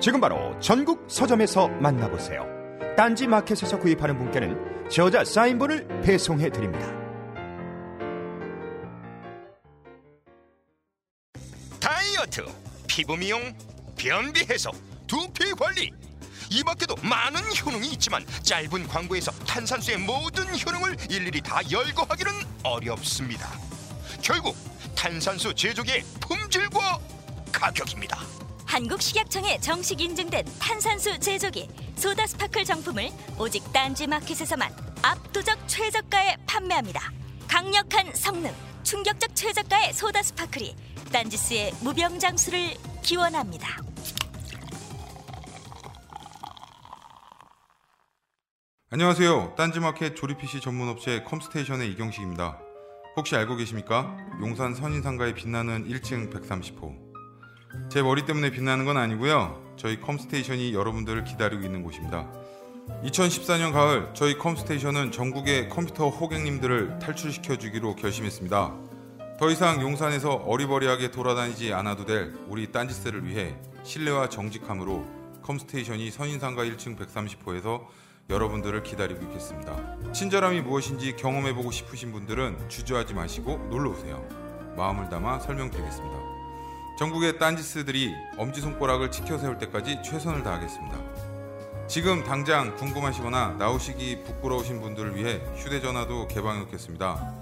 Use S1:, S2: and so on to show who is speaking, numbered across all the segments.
S1: 지금 바로 전국 서점에서 만나보세요. 딴지 마켓에서 구입하는 분께는 저자 사인본을 배송해 드립니다.
S2: 다이어트, 피부 미용, 변비 해소, 두피 관리. 이 밖에도 많은 효능이 있지만 짧은 광고에서 탄산수의 모든 효능을 일일이 다 열거하기는 어렵습니다. 결국 탄산수 제조기의 품질과 가격입니다.
S3: 한국식약청에 정식 인증된 탄산수 제조기 소다 스파클 정품을 오직 딴지 마켓에서만 압도적 최저가에 판매합니다. 강력한 성능, 충격적 최저가의 소다 스파클이 딴지스의 무병장수를 기원합니다.
S4: 안녕하세요. 딴지마켓 조립 PC 전문 업체 컴스테이션의 이경식입니다. 혹시 알고 계십니까? 용산 선인상가의 빛나는 1층 130호. 제 머리 때문에 빛나는 건 아니고요. 저희 컴스테이션이 여러분들을 기다리고 있는 곳입니다. 2014년 가을 저희 컴스테이션은 전국의 컴퓨터 호객님들을 탈출시켜 주기로 결심했습니다. 더 이상 용산에서 어리버리하게 돌아다니지 않아도 될 우리 딴지스를 위해 신뢰와 정직함으로 컴스테이션이 선인상가 1층 130호에서 여러분들을 기다리고 있겠습니다. 친절함이 무엇인지 경험해보고 싶으신 분들은 주저하지 마시고 놀러오세요. 마음을 담아 설명드리겠습니다. 전국의 딴지스들이 엄지손가락을 치켜세울 때까지 최선을 다하겠습니다. 지금 당장 궁금하시거나 나오시기 부끄러우신 분들을 위해 휴대전화도 개방해 놓겠습니다.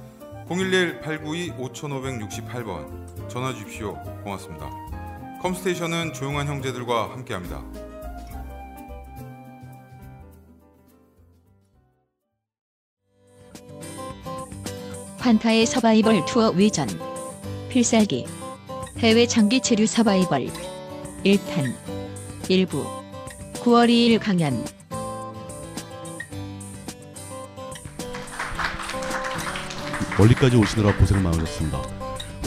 S4: 011-892-5568번 전화 주십시오. 고맙습니다. 컴스테이션은 조용한 형제들과 함께합니다.
S5: 환타의 서바이벌 투어 외전 필살기 해외 장기 체류 서바이벌 1탄 일부 9월 2일 강연
S6: 멀리까지 오시느라 고생 많으셨습니다.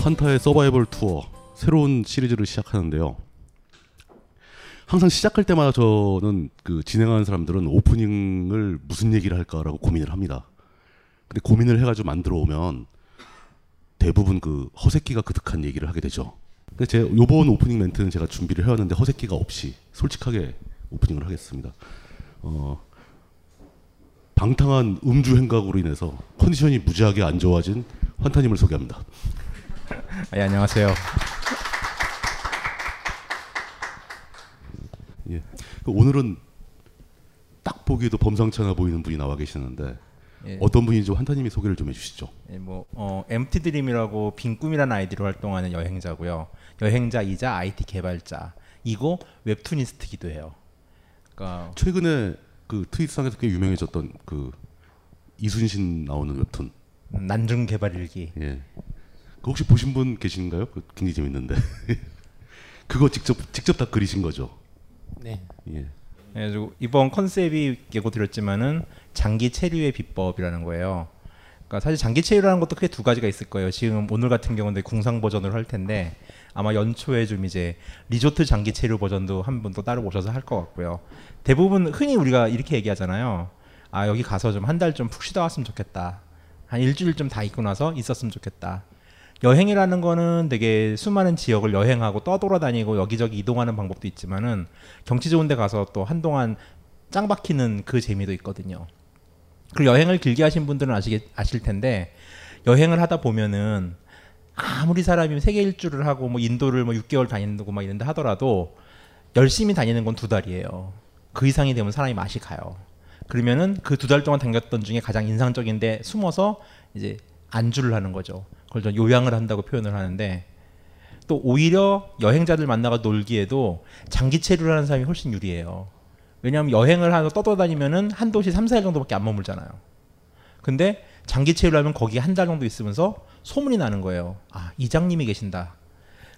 S6: 환타의 서바이벌 투어 새로운 시리즈를 시작하는데요. 항상 시작할 때마다 저는 그 진행하는 사람들은 오프닝을 무슨 얘기를 할까라고 고민을 합니다. 근데 고민을 해가지고 만들어 오면 대부분 그 허세끼가 그득한 얘기를 하게 되죠. 근데 제 요번 오프닝 멘트는 제가 준비를 해왔는데 허세끼가 없이 솔직하게 오프닝을 하겠습니다. 어, 방탕한 음주 행각으로 인해서 컨디션이 무지하게 안 좋아진 환타님을 소개합니다.
S7: 예, 안녕하세요.
S6: 예. 오늘은 딱 보기에도 범상찮아 보이는 분이 나와 계시는데
S7: 예.
S6: 어떤 분인지 환타님이 소개를 좀 해주시죠.
S7: 예, 뭐 어, MT 드림이라고 빈꿈이라는 아이디로 활동하는 여행자고요. 여행자이자 IT 개발자이고 웹툰이스트기도 해요. 그러니까
S6: 최근에 그 트윗상에서 꽤 유명해졌던 그 이순신 나오는 웹툰.
S7: 난중 개발 일기.
S6: 예. 그 혹시 보신 분 계신가요? 그거 굉장히 재밌는데. 그거 직접 직접 다 그리신 거죠?
S7: 네.
S6: 예.
S7: 그래가지고 이번 컨셉이 예고 드렸지만은 장기 체류의 비법이라는 거예요. 그러니까 사실 장기 체류라는 것도 크게 두 가지가 있을 거예요. 지금 오늘 같은 경우는 궁상 버전으로 할 텐데 아마 연초에 좀 이제 리조트 장기 체류 버전도 한 분 또 따로 오셔서 할 것 같고요. 대부분 흔히 우리가 이렇게 얘기하잖아요. 아 여기 가서 좀 한 달 좀 푹 쉬다 왔으면 좋겠다. 한 일주일 좀 다 있고 나서 있었으면 좋겠다. 여행이라는 거는 되게 수많은 지역을 여행하고 떠돌아다니고 여기저기 이동하는 방법도 있지만은 경치 좋은 데 가서 또 한동안 짱 박히는 그 재미도 있거든요. 그리고 여행을 길게 하신 분들은 아시겠, 아실 텐데 여행을 하다 보면은 아무리 사람이 세계 일주를 하고 뭐 인도를 뭐 6개월 다닌다고 막 이런데 하더라도 열심히 다니는 건 두 달이에요. 그 이상이 되면 사람이 맛이 가요. 그러면은 그 두 달 동안 당겼던 중에 가장 인상적인데 숨어서 이제 안주를 하는 거죠. 그걸 좀 요양을 한다고 표현을 하는데 또 오히려 여행자들 만나가 놀기에도 장기 체류를 하는 사람이 훨씬 유리해요. 왜냐하면 여행을 하러 떠돌다니면은 한 도시 3, 4일 정도밖에 안 머물잖아요. 근데 장기 체류를 하면 거기 한 달 정도 있으면서 소문이 나는 거예요. 아, 이장님이 계신다.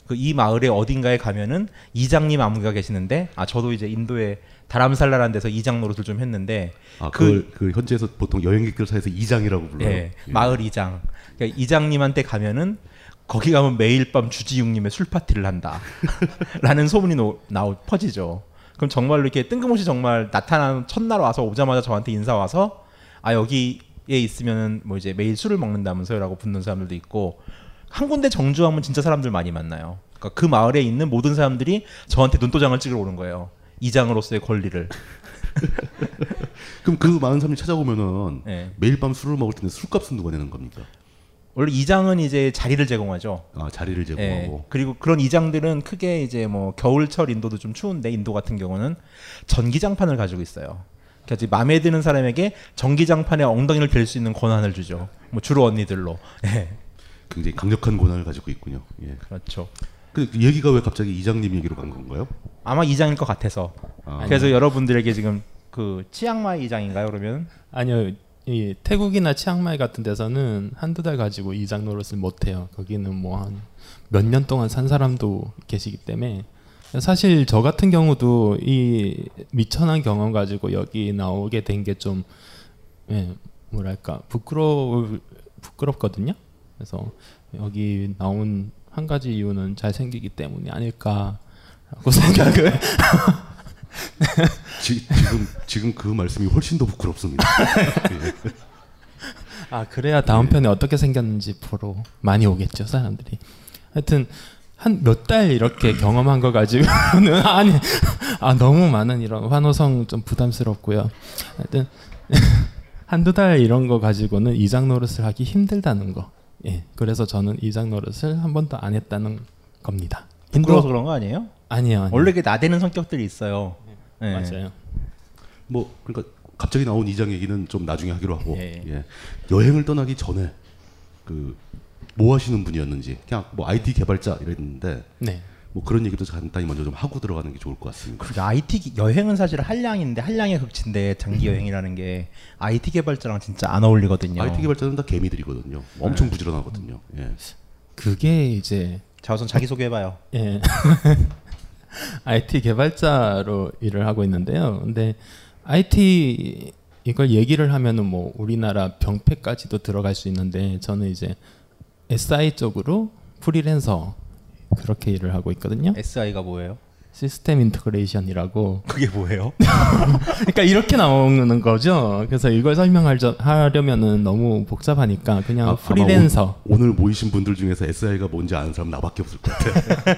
S7: 그 이 마을에 어딘가에 가면은 이장님 아무개가 계시는데 아 저도 이제 인도에 다람살라라는 데서 이장 노릇을 좀 했는데
S6: 아,
S7: 그-
S6: 그걸 그 현지에서 보통 여행객들 사이에서 이장이라고 불러요.
S7: 예,
S6: 예.
S7: 마을 이장. 그러니까 이장님한테 가면은 거기 가면 매일 밤 주지웅님의 술 파티를 한다라는 소문이 노- 나오 퍼지죠. 그럼 정말로 이렇게 뜬금없이 정말 나타나는 첫날 와서 오자마자 저한테 인사 와서 아 여기에 있으면은 뭐 이제 매일 술을 먹는다면서요라고 붙는 사람들도 있고 한 군데 정주하면 진짜 사람들 많이 만나요. 그러니까 그 마을에 있는 모든 사람들이 저한테 눈도장을 찍으러 오는 거예요. 이장으로서의 권리를.
S6: 그럼 그 많은 사람이 찾아오면은
S7: 예.
S6: 매일 밤 술을 먹을 텐데 술값은 누가 내는 겁니까?
S7: 원래 이장은 이제 자리를 제공하죠.
S6: 아, 자리를
S7: 예,
S6: 제공하고
S7: 그리고 그런 이장들은 크게 이제 뭐 겨울철 인도도 좀 추운데 인도 같은 경우는 전기장판을 가지고 있어요. 그래서 마음에 드는 사람에게 전기장판에 엉덩이를 댈 수 있는 권한을 주죠. 뭐 주로 언니들로. 예,
S6: 굉장히 강력한 권한을 가지고 있군요. 예.
S7: 그렇죠.
S6: 근데 그 얘기가 왜 갑자기 이장님 얘기로 간 건가요?
S7: 아마 이장일 것 같아서.
S6: 아.
S7: 그래서 여러분들에게 지금 그 치앙마이 이장인가요? 그러면
S8: 아니요. 이 태국이나 치앙마이 같은 데서는 한두 달 가지고 이장 노릇을 못 해요. 거기는 뭐 한 몇 년 동안 산 사람도 계시기 때문에 사실 저 같은 경우도 이 미천한 경험 가지고 여기 나오게 된 게 좀 예, 뭐랄까 부끄러울 부끄럽거든요. 그래서 여기 나온 한 가지 이유는 잘 생기기 때문이 아닐까라고 생각을
S6: 지, 지금 지금 그 말씀이 훨씬 더 부끄럽습니다. 예.
S8: 아 그래야 다음 편에 어떻게 생겼는지 보러 많이 오겠죠 사람들이. 하여튼 한 몇 달 이렇게 경험한 거 가지고는 아니 아 너무 많은 이런 환호성 좀 부담스럽고요. 하여튼 한두 달 이런 거 가지고는 이장 노릇을 하기 힘들다는 거. 예. 그래서 저는 이장 노릇을 한 번도 안 했다는 겁니다.
S7: 부끄러워서 그런 거 아니에요?
S8: 아니요. 아니요.
S7: 원래 그 나대는 성격들이 있어요. 예.
S8: 맞아요.
S6: 뭐 그러니까 갑자기 나온 이장 얘기는 좀 나중에 하기로 하고
S7: 예.
S6: 예. 여행을 떠나기 전에 그 뭐 하시는 분이었는지 그냥 뭐 IT 개발자 이랬는데
S8: 네.
S6: 뭐 그런 얘기도 간단히 먼저 좀 하고 들어가는 게 좋을 것 같습니다.
S7: 그리고 IT 기- 여행은 사실 한량인데 한량의 극치인데 장기 여행이라는 게 IT 개발자랑 진짜 안 어울리거든요.
S6: IT 개발자는 다 개미들이거든요. 엄청 부지런하거든요. 예.
S8: 그게 이제
S7: 자 우선 자기 소개해봐요.
S8: 예. IT 개발자로 일을 하고 있는데요. 근데 IT 이걸 얘기를 하면은 뭐 우리나라 병폐까지도 들어갈 수 있는데 저는 이제 SI 쪽으로 프리랜서 그렇게 일을 하고 있거든요.
S7: SI가 뭐예요?
S8: 시스템 인터그레이션이라고.
S7: 그게 뭐예요?
S8: 그러니까 이렇게 나오는 거죠. 그래서 이걸 설명하려면은 너무 복잡하니까 그냥
S6: 아, 아마
S8: 프리랜서.
S6: 오, 오늘 모이신 분들 중에서 SI가 뭔지 아는 사람 나밖에 없을 것 같아요.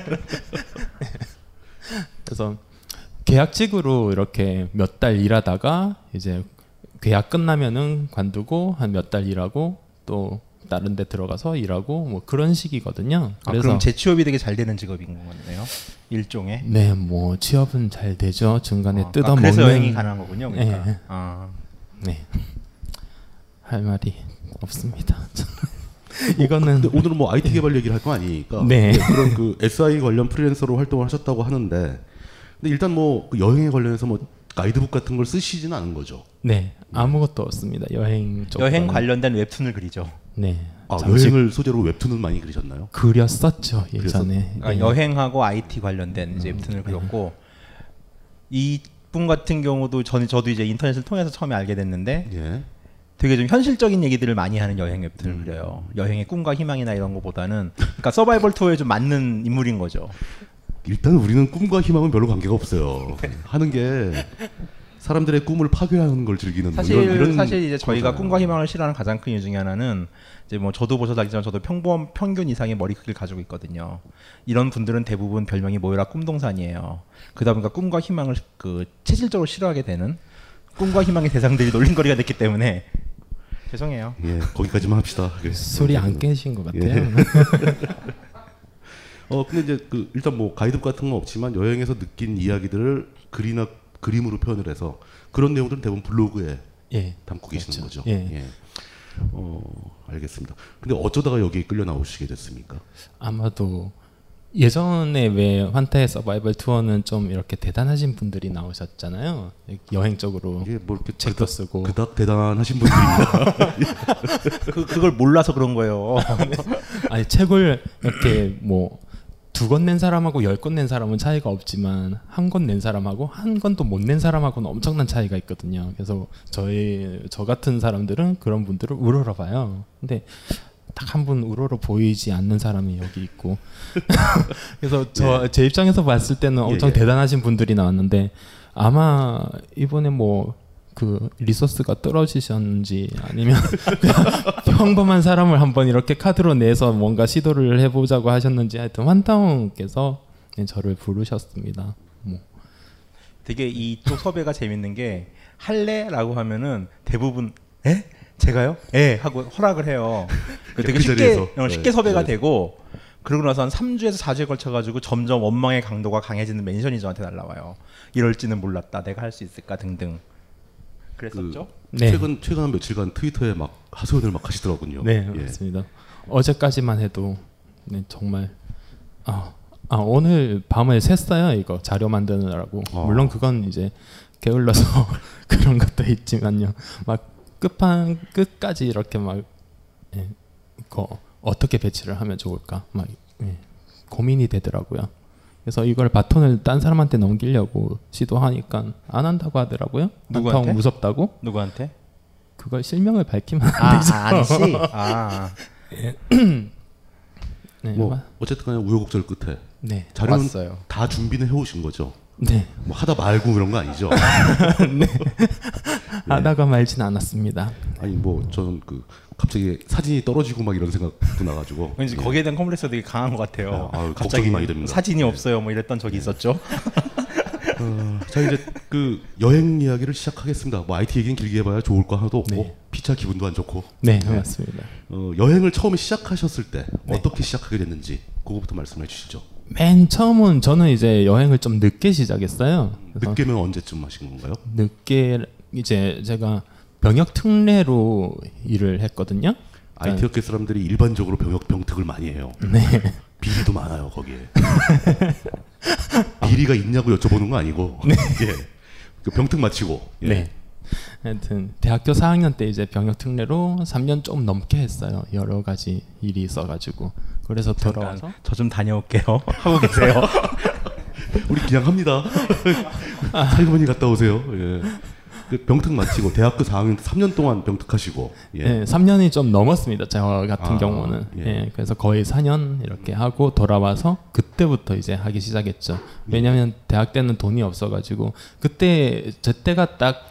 S8: 그래서 계약직으로 이렇게 몇 달 일하다가 이제 계약 끝나면은 관두고 한 몇 달 일하고 또 다른 데 들어가서 일하고 뭐 그런 식이거든요.
S7: 아, 그럼 재취업이 되게 잘 되는 직업인 거네요. 일종의.
S8: 네, 뭐 취업은 잘 되죠. 중간에
S7: 아,
S8: 뜯어 먹는
S7: 그래서 여행이 가능한 거군요. 그러니까.
S8: 예.
S7: 아.
S8: 네. 할 말이 없습니다.
S7: 어,
S8: 이거는
S6: 근데 오늘은 뭐 IT 개발 얘기를 할 거 아니니까
S8: 네.
S6: 네, 그런 그 SI 관련 프리랜서로 활동을 하셨다고 하는데 근데 일단 뭐그 여행에 관련해서 뭐 가이드북 같은 걸 쓰시지는 않은 거죠.
S8: 네. 아무것도 없습니다. 여행 쪽.
S7: 여행 관련된 웹툰을 그리죠.
S8: 네.
S6: 아,
S8: 잠시
S6: 여행을 소재로 웹툰은 많이 그리셨나요?
S8: 그렸었죠, 예전에.
S7: 그러니까
S8: 예. 음,
S7: 여행하고 IT 관련된 이제 웹툰을 그렸고 이분 같은 경우도 저는 저도 이제 인터넷을 통해서 처음에 알게 됐는데
S6: 예.
S7: 되게 좀 현실적인 얘기들을 많이 하는 여행 웹툰을
S8: 음.
S7: 그려요. 여행의 꿈과 희망이나 이런 거보다는 그러니까 서바이벌 투어에 좀 맞는 인물인 거죠.
S6: 일단 우리는 꿈과 희망은 별로 관계가 없어요. 하는 게 사람들의 꿈을 파괴하는 걸 즐기는 뭐
S7: 사실
S6: 이런, 이런
S7: 사실 이제 저희가
S6: 거잖아요.
S7: 꿈과 희망을 싫어하는 가장 큰 이유 중에 하나는 이제 뭐 저도 보셔도 알지만 저도 평범 평균 이상의 머리 크기를 가지고 있거든요. 이런 분들은 대부분 별명이 모여라 꿈동산이에요. 그러다 보니까 꿈과 희망을 그 체질적으로 싫어하게 되는 꿈과 희망의 대상들이 놀림거리가 됐기 때문에 죄송해요.
S6: 예, 거기까지만 합시다. 예.
S8: 소리 안 깨신 것 같아요.
S6: 예. 어 근데 이제 그 일단 뭐 가이드 같은 건 없지만 여행에서 느낀 이야기들을 글이나 그림으로 표현을 해서 그런 내용들은 대부분 블로그에
S8: 예.
S6: 담고 계시는
S8: 그렇죠.
S6: 거죠.
S8: 예.
S6: 어, 알겠습니다. 근데 어쩌다가 여기에 끌려 나오시게 됐습니까?
S8: 아마도 예전에 왜 환타의 서바이벌 투어는 좀 이렇게 대단하신 분들이 나오셨잖아요. 여행적으로
S6: 이게 뭐 이렇게
S8: 그 책도 쓰고
S6: 그닥 대단하신 분들입니다.
S7: 그 그걸 몰라서 그런 거예요.
S8: 아니 책을 이렇게 뭐 두 권 낸 사람하고 열 권 낸 사람은 차이가 없지만 한 권 낸 사람하고 한 권도 못 낸 사람하고는 엄청난 차이가 있거든요. 그래서 저희 저 같은 사람들은 그런 분들을 우러러 봐요. 근데 딱 한 분 우러러 보이지 않는 사람이 여기 있고 그래서 저 제 입장에서 봤을 때는 엄청
S6: 예, 예.
S8: 대단하신 분들이 나왔는데 아마 이번에 뭐 그 리소스가 떨어지셨는지 아니면 평범한 사람을 한번 이렇게 카드로 내서 뭔가 시도를 해보자고 하셨는지 하여튼 환타운께서 저를 부르셨습니다. 뭐.
S7: 되게 이쪽 섭외가 재밌는 게 할래라고 하면은 대부분 에? 제가요? 예 하고 허락을 해요. 되게
S6: 그
S7: 쉽게
S6: 자리에서.
S7: 어, 쉽게
S6: 네,
S7: 섭외가
S6: 네.
S7: 되고 그러고 나서 한 3주에서 4주에 걸쳐 가지고 점점 원망의 강도가 강해지는 멘션이 저한테 날라와요. 이럴지는 몰랐다. 내가 할 수 있을까 등등. 그랬었죠?
S8: 네.
S6: 최근 최근 한 며칠간 트위터에 막 하소연을 막 하시더라군요.
S8: 네,
S6: 예.
S8: 맞습니다. 어제까지만 해도 네, 정말 아, 아, 오늘 밤을 샜어요 이거 자료 만드느라고
S7: 아.
S6: 어.
S8: 물론 그건 이제 게을러서 그런 것도 있지만요 막 끝판 끝까지 이렇게 막 예, 그 어떻게 배치를 하면 좋을까 막 예, 고민이 되더라고요. 그래서 이걸 바톤을 딴 사람한테 넘기려고 시도하니까 안 한다고 하더라고요.
S7: 누구한테?
S8: 한타운 무섭다고?
S7: 누구한테?
S8: 그걸 실명을 밝히면 안
S7: 아,
S8: 되죠.
S7: 아, 아니씨. 아.
S8: 네,
S6: 뭐
S8: 마-
S6: 어쨌든 간에 우여곡절 끝에
S8: 네.
S6: 자료는
S7: 왔어요.
S6: 다 준비는 해오신 거죠.
S8: 네.
S6: 뭐 하다 말고 이런 거 아니죠.
S8: 하다가 말진 않았습니다.
S6: 아니 뭐 저는 그 갑자기 사진이 떨어지고 막 이런 생각도 나가지고
S7: 왠지 거기에 대한 컴플렉스가 되게 강한 것 같아요.
S6: 네, 예. 아유, 걱정이 많이 됩니다. 예.
S7: 사진이 없어요. 뭐 이랬던 적이 있었죠.
S6: 어, 자 이제 그 여행 이야기를 시작하겠습니다. 뭐 IT 얘기는 길게 해봐야 좋을 거 하나도 없고
S8: 네.
S6: 피차 기분도 안 좋고
S8: 네, 맞습니다.
S6: 어, 여행을 처음에 시작하셨을 때
S8: 네.
S6: 어떻게 시작하게 됐는지 그거부터 말씀해 주시죠.
S8: 맨 처음은 저는 이제 여행을 좀 늦게 시작했어요. 그래서
S6: 늦게면 언제쯤 하신 건가요?
S8: 늦게 이제 제가 병역 특례로 일을 했거든요.
S6: IT 업계 사람들이 일반적으로 병역 병특을 많이 해요.
S8: 네.
S6: 비리도 많아요 거기에. 비리가 있냐고 여쭤보는 거 아니고. 예. 그 병특 마치고. 예.
S8: 네. 하여튼 대학교 4학년 때 이제 병역 특례로 3년 좀 넘게 했어요. 여러 가지 일이 있어가지고 그래서 돌아와서
S7: 저 좀 다녀올게요. 하고 계세요.
S6: 우리 그냥 합니다.
S8: 아.
S6: 살구분이 갔다 오세요. 예. 그 병특 마치고 대학교 4학년 3년 동안 병특하시고. 예.
S8: 네, 3년이 좀 넘었습니다. 저 같은
S6: 아,
S8: 경우는.
S6: 예.
S8: 예. 그래서 거의 4년 이렇게 하고 돌아와서 그때부터 이제 하기
S6: 예.
S8: 시작했죠. 왜냐하면 대학 때는 돈이 없어가지고 그때 제 때가 딱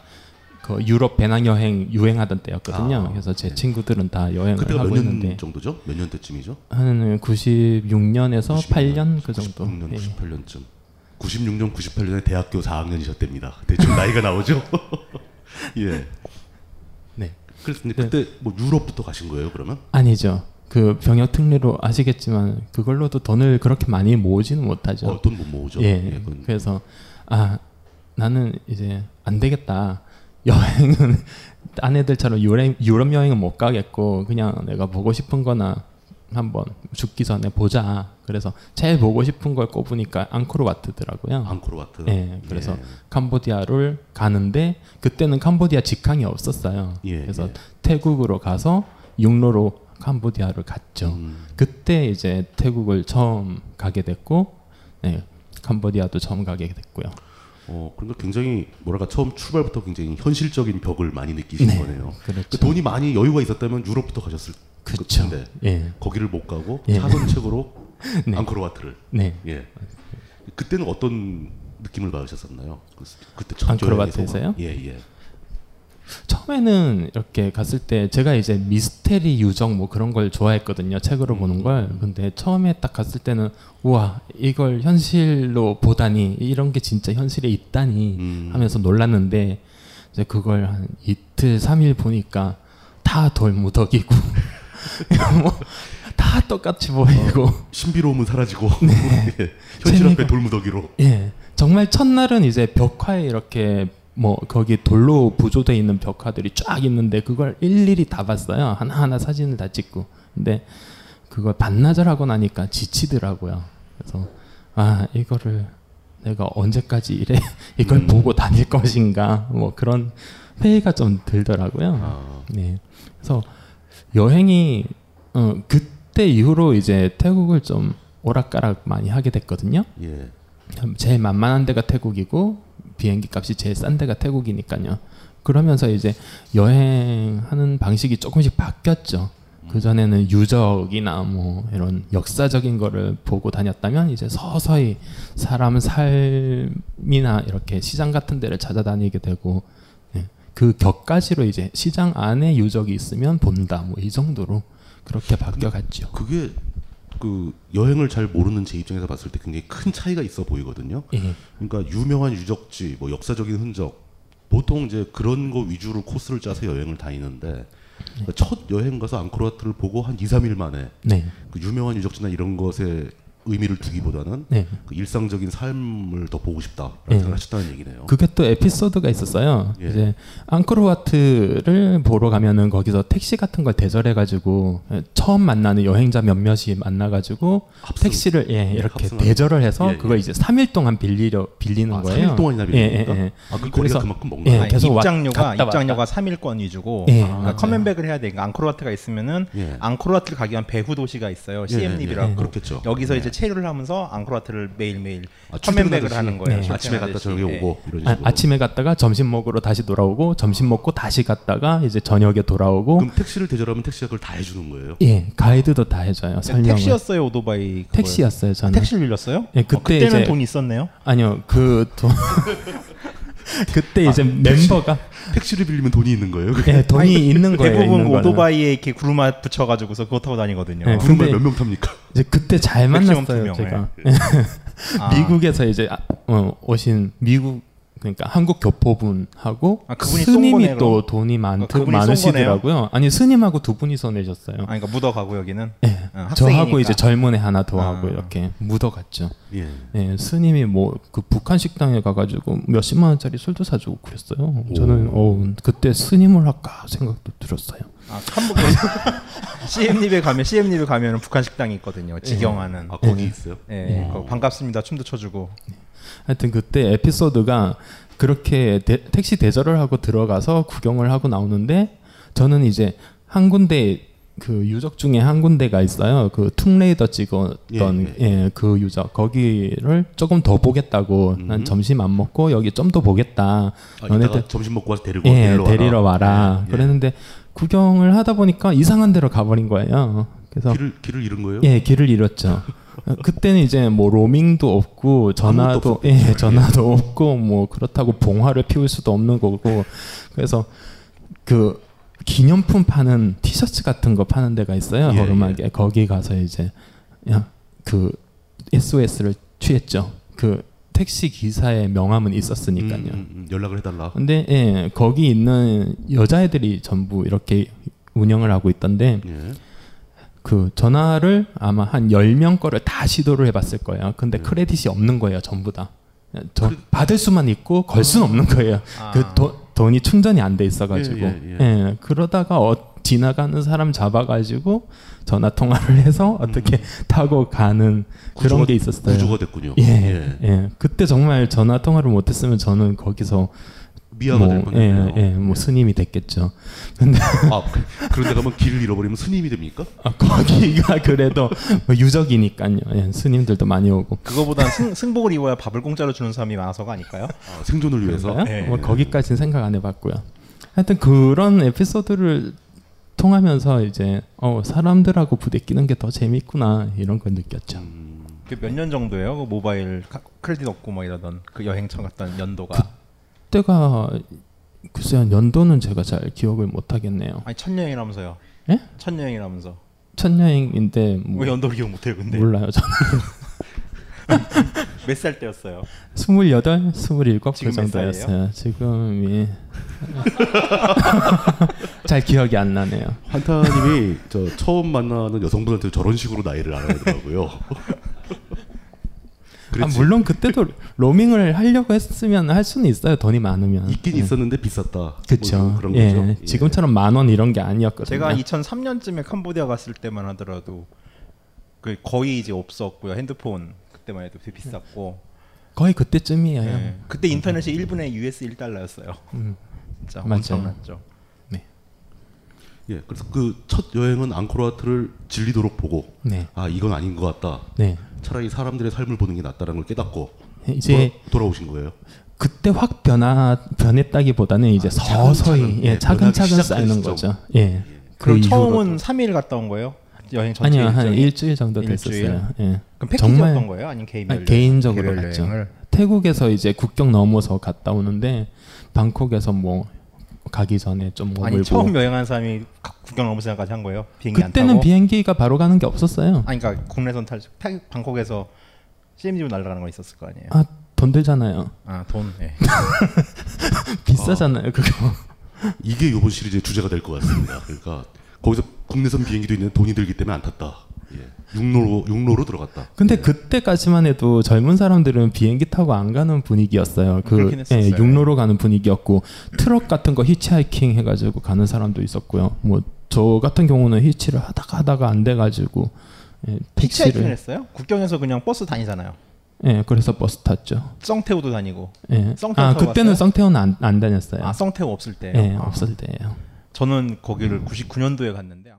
S8: 그 유럽 배낭 여행 유행하던 때였거든요.
S6: 아,
S8: 그래서 제 친구들은 다 여행을
S6: 그때가
S8: 하고
S6: 몇 년
S8: 있는데
S6: 정도죠? 몇 년 때쯤이죠?
S8: 한 96년에서 8년 그 정도.
S6: 96년,
S8: 예.
S6: 98년쯤. 96년, 98년에 대학교 4학년이셨답니다. 대충 나이가 나오죠? 예.
S8: 네.
S6: 그래서 근데 그때 뭐 유럽부터 가신 거예요, 그러면?
S8: 아니죠. 그 병역 특례로 아시겠지만 그걸로도 돈을 그렇게 많이 모으지는 못하죠.
S6: 어, 돈못 모으죠.
S8: 예.
S6: 그건
S8: 그래서 아 나는 이제 안 되겠다. 여행은 딴 애들처럼 유럽, 유럽 여행은 못 가겠고 그냥 내가 보고 싶은거나 한번 죽기 전에 보자. 그래서 제일 보고 싶은 걸 꼽으니까 앙코르와트더라고요.
S6: 앙코르와트.
S8: 예, 그래서 캄보디아를 가는데 그때는 캄보디아 직항이 없었어요.
S6: 예,
S8: 그래서
S6: 예.
S8: 태국으로 가서 육로로 캄보디아를 갔죠.
S6: 음.
S8: 그때 이제 태국을 처음 가게 됐고, 네, 캄보디아도 처음 가게 됐고요.
S6: 어, 그러니까 굉장히 뭐랄까 처음 출발부터 굉장히 현실적인 벽을 많이 느끼신
S8: 네,
S6: 거네요.
S8: 그렇죠.
S6: 그 돈이 많이 여유가 있었다면 유럽부터 가셨을
S8: 그쵸.
S6: 텐데
S8: 예,
S6: 거기를 못 가고
S8: 예.
S6: 차선책으로
S8: 네.
S6: 앙코르와트를.
S8: 네.
S6: 예. 그때는 어떤 느낌을 받으셨었나요? 그- 그때 첫
S8: 앙코르와트에서요?
S6: 여행에서만. 예, 예.
S8: 처음에는 이렇게 갔을 때 제가 이제 미스테리 유적 뭐 그런 걸 좋아했거든요. 책으로 보는 걸. 근데 처음에 딱 갔을 때는 우와 이걸 현실로 보다니 이런 게 진짜 현실에 있다니
S6: 음.
S8: 하면서 놀랐는데 이제 그걸 한 이틀 삼일 보니까 다 돌무더기고 뭐 다 다 똑같이 보이고
S6: 신비로움은 사라지고 예, 현실 앞에
S8: 네. 재미가-
S6: 돌무더기로
S8: 예 정말 첫날은 이제 벽화에 이렇게 뭐 거기 돌로 부조돼 있는 벽화들이 쫙 있는데 그걸 일일이 다 봤어요 하나하나 사진을 다 찍고 근데 그걸 반나절 하고 나니까 지치더라고요 그래서 아 이거를 내가 언제까지 이래 이걸
S6: 음.
S8: 보고 다닐 것인가 뭐 그런 회의가 좀 들더라고요
S6: 아,
S8: 네. 그래서 여행이 어, 그때 이후로 이제 태국을 좀 오락가락 많이 하게 됐거든요.
S6: 예.
S8: 제일 만만한 데가 태국이고 비행기 값이 제일 싼 데가 태국이니까요. 그러면서 이제 여행하는 방식이 조금씩 바뀌었죠. 그 전에는 유적이나 뭐 이런 역사적인 거를 보고 다녔다면 이제 서서히 사람 삶이나 이렇게 시장 같은 데를 찾아다니게 되고 예, 그 격까지로 이제 시장 안에 유적이 있으면 본다 뭐 이 정도로 그렇게 바뀌어갔죠.
S6: 그게 그 여행을 잘 모르는 제 입장에서 봤을 때 굉장히 큰 차이가 있어 보이거든요.
S8: 예.
S6: 그러니까 유명한 유적지, 뭐 역사적인 흔적, 보통 이제 그런 거 위주로 코스를 짜서 여행을 다니는데 첫 여행 가서 앙코르와트를 보고 한 2, 3일 만에
S8: 네.
S6: 그 유명한 유적지나 이런 것에 의미를 두기보다는
S8: 네.
S6: 그 일상적인 삶을 더 보고 싶다라는
S8: 예.
S6: 생각을 하셨다는 얘기네요.
S8: 그게 또 에피소드가 있었어요.
S6: 예.
S8: 이제 앙코르와트를 보러 가면은 거기서 택시 같은 걸 대절해가지고 예, 처음 만나는 여행자 몇몇이 만나가지고
S6: 합승.
S8: 택시를 예,
S6: 예,
S8: 이렇게
S6: 합승하는.
S8: 대절을 해서
S6: 예, 예.
S8: 그걸 이제 3일 동안 빌리려 빌리는
S6: 아,
S8: 거예요.
S6: 3일 동안이나
S8: 예, 예,
S6: 빌리니까
S8: 예.
S6: 아, 그 거리가
S8: 그래서-
S6: 그만큼 먼가.
S8: 예,
S6: 요
S7: 아니,
S8: 계속 왔-
S7: 입장료가
S8: 갔다 왔다.
S7: 입장료가 3일권 위주고
S8: 예.
S7: 그러니까 컴백을 해야 돼. 그러니까 앙코르와트가 있으면은
S6: 예.
S7: 앙코르와트를 가기 위한 배후 도시가 있어요.
S6: 예,
S7: CM립이라고.
S6: 예, 예. 그렇겠죠.
S7: 여기서 이제 체류를 하면서 앙코르와트를 매일매일
S6: 아,
S7: 컴백을
S6: 출퇴근하듯이.
S7: 하는 거예요.
S8: 네.
S6: 아침에 갔다
S7: 출퇴근하듯이.
S6: 저녁에
S7: 예.
S6: 오고 이런 식으로.
S8: 아, 아침에 갔다가 점심 먹으러 다시 돌아오고 점심 먹고 다시 갔다가 이제 저녁에 돌아오고
S6: 그럼 택시를 대절하면 택시가 그걸 다 해주는 거예요.
S8: 예 가이드도 다 해줘요 설명을
S7: 택시였어요, 오토바이. 그거요?
S8: 택시였어요
S7: 아,
S8: 저는
S7: 택시를 빌렸어요?
S8: 예,
S7: 그때
S8: 그때
S7: 어, 그때는
S8: 이제-
S7: 돈이 있었네요.
S8: 아니요 그 돈 그때
S7: 아,
S8: 이제 멤버가
S6: 택시를 빌리면 돈이 있는 거예요. 그게?
S8: 예, 돈이 있는 거예요
S7: 대부분
S8: 있는
S7: 그
S8: 거는.
S7: 오토바이에 이렇게 구루마 붙여가지고서 그거 타고 다니거든요.
S8: 네,
S6: 구름에
S8: 근데-
S6: 아, 몇명 탑니까?
S8: 이제 그때 잘
S7: 맥시멈 두
S8: 만났어요
S7: 명,
S8: 제가
S7: 아,
S8: 미국에서 이제 아, 어, 오신 미국 그러니까 한국 교포분하고
S7: 아, 그분이 쏜 거네,
S8: 스님이
S7: 그럼? 어,
S8: 또 돈이 많,
S7: 그분이 쏜
S8: 많으시더라고요. 아니 스님하고 두 분이서 내셨어요.
S7: 아, 그러니까 묻어가고 여기는.
S8: 예,
S7: 어, 학생이니까.
S8: 저하고 이제 젊은 애 하나 더 하고
S7: 아.
S8: 이렇게 묻어갔죠.
S6: 예.
S8: 예, 스님이 뭐 그 북한 식당에 가가지고 몇십만 원짜리 술도 사주고 그랬어요. 저는 어, 그때 스님을 할까 생각도 들었어요.
S7: 아, 한국 CM립에 가면 CM립에 가면은 북한 식당이
S8: 예.
S7: 있거든요. 지경하는.
S6: 아 거기 있어요.
S7: 예, 그거 반갑습니다. 춤도 춰주고.
S8: 하여튼 그때 에피소드가 그렇게 대- 택시 대절을 하고 들어가서 구경을 하고 나오는데 저는 이제 한 군데 그 유적 중에 한 군데가 있어요. 그 툼레이더 찍었던
S6: 예,
S8: 예, 그 유적 거기를 조금 더 보겠다고 난 점심 안 먹고 여기 좀 더 보겠다.
S6: 음. 아, 이따가 점심 먹고 와서 뭐 데리고
S8: 예,
S6: 데리러 와라.
S8: 데리러 와라.
S6: 예, 예.
S8: 그랬는데 구경을 하다 보니까 이상한 데로 가버린 거예요. 그래서
S6: 길을 길을 잃은 거예요?
S8: 예, 길을 잃었죠. 어, 그때는 이제 뭐 로밍도 없고 전화도 예, 전화도 없고 뭐 그렇다고 봉화를 피울 수도 없는 거고 그래서 그 기념품 파는 티셔츠 같은 거 파는 데가 있어요.
S6: 예,
S8: 허름하게 거기 가서 이제 야, 그 SOS를 취했죠. 그 택시 기사의 명함은
S6: 음,
S8: 있었으니까요.
S6: 음, 음, 연락을 해달라.
S8: 근데 예, 거기 있는 여자애들이 전부 이렇게 운영을 하고 있던데
S6: 예.
S8: 그 전화를 아마 한 10명 거를 다 시도를 해봤을 거예요. 근데
S6: 음.
S8: 크레딧이 없는 거예요, 전부 다. 저-
S6: 그
S8: 받을 수만 있고 걸
S6: 아.
S8: 수는 없는 거예요. 그 돈- 돈이 충전이 안 돼 있어가지고.
S6: 예, 예, 예.
S8: 예, 그러다가 어, 지나가는 사람 잡아가지고 전화 통화를 해서 어떻게 타고 가는 그런
S6: 음. 구조가-
S8: 게 있었어요.
S6: 구조가 됐군요.
S8: 예, 예. 그때 정말 전화 통화를 못했으면 저는 거기서
S6: 미아가 될
S8: 예,
S6: 뻔했네요.
S8: 예, 뭐 스님이 됐겠죠. 근데
S6: 아 그- 그런데 가면 길을 잃어버리면 스님이 됩니까?
S8: 아, 거기가 그래도 뭐 유적이니까요. 예, 스님들도 많이 오고.
S7: 그거보단 승, 승복을 입어야 밥을 공짜로 주는 사람이 많아서가 아닐까요?
S6: 아, 생존을 위해서.
S8: 그런가요?
S7: 예.
S8: 뭐 거기까지는 생각 안 해봤고요. 하여튼 그런 에피소드를 통하면서 이제 어, 사람들하고 부대끼는 게 더 재밌구나 이런 걸 느꼈죠.
S7: 몇 년 정도예요? 그 모바일 카- 크레딧 없고 막 이러던 그 여행청 갔던 연도가.
S8: 그때가 글쎄요 연도는 제가 잘 기억을 못 하겠네요.
S7: 아니 첫 여행이라면서요.
S8: 예?
S7: 첫 여행이라면서.
S8: 첫 여행인데 뭐
S7: 왜 어, 연도를 기억 못해요? 근데
S8: 몰라요. 저는
S7: 몇 살 때였어요?
S8: 28, 27그
S7: 지금 몇
S8: 정도였어요. 지금이 잘 기억이 안 나네요. 아,
S6: 환타님이 저 처음 만나는 여성분한테 저런 식으로 나이를 알아내더라고요.
S8: 아,
S6: 그렇지.
S8: 물론 그때도 로밍을 하려고 했으면 할 수는 있어요. 돈이 많으면.
S6: 있긴
S8: 예.
S6: 있었는데 비쌌다.
S8: 그쵸.
S6: 뭐 그런
S8: 예,
S6: 거죠. 예.
S8: 지금처럼 만 원 이런 게 아니었거든요.
S7: 제가 2003년쯤에 캄보디아 갔을 때만 하더라도 그 거의 이제 없었고요. 핸드폰 그때만 해도 되게 비쌌고
S8: 거의 그때쯤이에요.
S7: 예. 그때 인터넷이 1분에 US 1달러였어요.
S8: 네. 음.
S7: 진짜
S8: 맞아요.
S7: 엄청났죠.
S6: 예, 그래서 그 첫 여행은 앙코르와트를 질리도록 보고
S8: 네.
S6: 아 이건 아닌 것 같다.
S8: 네.
S6: 차라리 사람들의 삶을 보는 게 낫다는 걸 깨닫고
S8: 이제
S6: 돌아, 돌아오신 거예요.
S8: 그때 확 변화 변했다기보다는 이제
S6: 아,
S8: 서서히
S6: 차근차근,
S8: 예,
S6: 예,
S8: 차근차근
S6: 변하기
S8: 쌓이는
S6: 시작한
S8: 거죠. 예. 그
S7: 그럼
S8: 이후로도.
S7: 처음은 3일 갔다 온 거예요? 여행 전체
S8: 아니요 한
S7: 일정이?
S8: 일주일 정도
S7: 일주일?
S8: 됐었어요. 예.
S7: 그럼 패키지였던
S8: 정말-
S7: 거예요? 아니면 개인
S8: 아니, 개인적으로
S7: 개별
S8: 갔죠.
S7: 여행을?
S8: 태국에서 이제 국경 넘어서 갔다 오는데 방콕에서 뭐 가기 전에 좀 머물고
S7: 아니 처음 여행한 사람이 가- 국경 넘어서까지 한 거예요? 비행기 안
S8: 뭐. 그때는
S7: 타고?
S8: 비행기가 바로 가는 게 없었어요.
S7: 아니 그러니까 국내선 탈 태- 방콕에서 CMG로 날아가는 거 있었을 거 아니에요?
S8: 아, 돈 들잖아요.
S7: 아 돈. 예. 어.
S8: 비싸잖아요, 그거.
S6: 이게 이번 시리즈의 주제가 될 것 같습니다. 그러니까 거기서 국내선 비행기도 있는데 돈이 들기 때문에 안 탔다. 예. 육로로 육로로 들어갔다.
S8: 근데 그때까지만 해도 젊은 사람들은 비행기 타고 안 가는 분위기였어요. 그
S7: 그렇긴 했었어요.
S8: 예, 육로로 가는 분위기였고 트럭 같은 거 히치하이킹 해가지고 가는 사람도 있었고요. 뭐 저 같은 경우는 히치를 하다가 하다가 안 돼가지고 예,
S7: 히치하이킹을
S8: 택시를
S7: 했어요? 국경에서 그냥 버스 다니잖아요.
S8: 예 그래서 버스 탔죠.
S7: 성태우도 다니고.
S8: 예.
S7: 썽태우
S8: 아
S7: 타고
S8: 그때는
S7: 갔어요?
S8: 성태호는 안, 안 다녔어요.
S7: 아 성태우 없을 때.
S8: 예
S7: 아,
S8: 없을 때예요.
S7: 저는 거기를 99년도에 갔는데 안-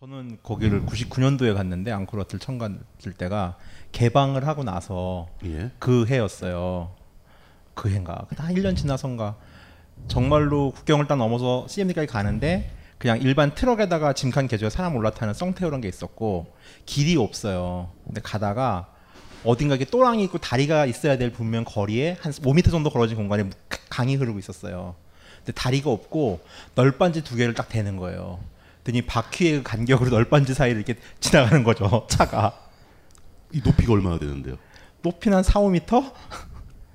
S7: 저는 거기를 99년도에 갔는데 앙코르와트를 처음 갔을 때가 개방을 하고 나서
S6: 예.
S7: 그 해였어요. 그 해인가? 한 1년 지나선가 정말로 국경을 딱 넘어서 CMD까지 가는데 그냥 일반 트럭에다가 짐칸 개조에 사람 올라타는 썽태우란 게 있었고 길이 없어요. 근데 가다가 어딘가 이렇게 또랑이 있고 다리가 있어야 될 분명 거리에 한 5m 정도 걸어진 공간에 강이 흐르고 있었어요. 근데 다리가 없고 널빤지 두 개를 딱 대는 거예요. 그랬더니 바퀴의 간격으로 널빤지 사이를 이렇게 지나가는 거죠. 차가
S6: 이 높이가 얼마나 되는데요?
S7: 높이는 한 4, 5m?